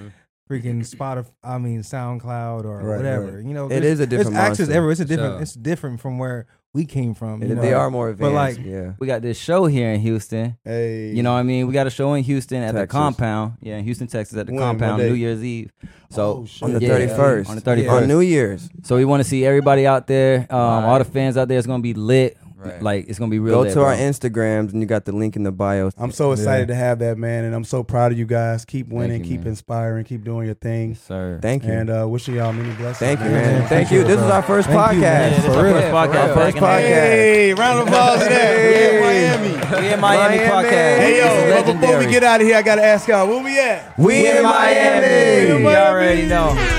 [SPEAKER 3] freaking Spotify. I mean, SoundCloud or
[SPEAKER 1] Right,
[SPEAKER 3] whatever.
[SPEAKER 1] right.
[SPEAKER 3] You know,
[SPEAKER 4] <laughs> It
[SPEAKER 3] there's-
[SPEAKER 4] is a different
[SPEAKER 3] It's access
[SPEAKER 4] monster.
[SPEAKER 3] everywhere. It's a different.
[SPEAKER 5] So-
[SPEAKER 3] It's different from where we came from. you
[SPEAKER 4] And
[SPEAKER 3] know?
[SPEAKER 4] they are more
[SPEAKER 3] but,
[SPEAKER 4] advanced.
[SPEAKER 3] like,
[SPEAKER 4] yeah.
[SPEAKER 2] We got this show here in Houston.
[SPEAKER 1] Hey,
[SPEAKER 2] You know what I mean? We got a show in Houston at the
[SPEAKER 4] Texas.
[SPEAKER 2] compound. Yeah, in Houston, Texas, at the
[SPEAKER 1] When? What
[SPEAKER 2] compound
[SPEAKER 1] day?
[SPEAKER 2] New Year's Eve.
[SPEAKER 1] oh,
[SPEAKER 2] So
[SPEAKER 4] On the
[SPEAKER 2] Yeah,
[SPEAKER 4] thirty first.
[SPEAKER 2] on the 31st.
[SPEAKER 4] On New Year's.
[SPEAKER 2] so we want to see everybody out there. Um, All
[SPEAKER 6] Right.
[SPEAKER 2] the fans out there. It's gonna be lit.
[SPEAKER 6] Right.
[SPEAKER 2] Like it's gonna be real.
[SPEAKER 4] Go
[SPEAKER 2] lit,
[SPEAKER 4] to our
[SPEAKER 2] bro.
[SPEAKER 4] Instagrams, and you got the link in the bio.
[SPEAKER 1] I'm so excited to have that man, and I'm so proud of you guys. Keep winning,
[SPEAKER 2] you,
[SPEAKER 1] keep
[SPEAKER 2] man.
[SPEAKER 1] inspiring, keep doing your thing,
[SPEAKER 2] Yes, sir.
[SPEAKER 4] Thank you.
[SPEAKER 1] and uh, wishing y'all many blessings.
[SPEAKER 4] Thank you,
[SPEAKER 3] Yeah,
[SPEAKER 4] man.
[SPEAKER 3] man,
[SPEAKER 4] Thank
[SPEAKER 3] appreciate
[SPEAKER 4] you.
[SPEAKER 3] it,
[SPEAKER 4] This is
[SPEAKER 3] bro.
[SPEAKER 4] our first
[SPEAKER 3] Thank you, man.
[SPEAKER 4] podcast.
[SPEAKER 3] For
[SPEAKER 2] Our
[SPEAKER 3] real.
[SPEAKER 2] first podcast.
[SPEAKER 4] Our first
[SPEAKER 2] back in the-
[SPEAKER 1] Hey, round of applause to that. Oh, We in Miami.
[SPEAKER 2] We in Miami,
[SPEAKER 4] Miami.
[SPEAKER 2] podcast.
[SPEAKER 4] Hey,
[SPEAKER 1] Hey
[SPEAKER 2] This is
[SPEAKER 1] yo, but before we
[SPEAKER 2] legendary.
[SPEAKER 1] get out of here, I gotta ask y'all, where we at?
[SPEAKER 4] We in Miami.
[SPEAKER 2] You already know.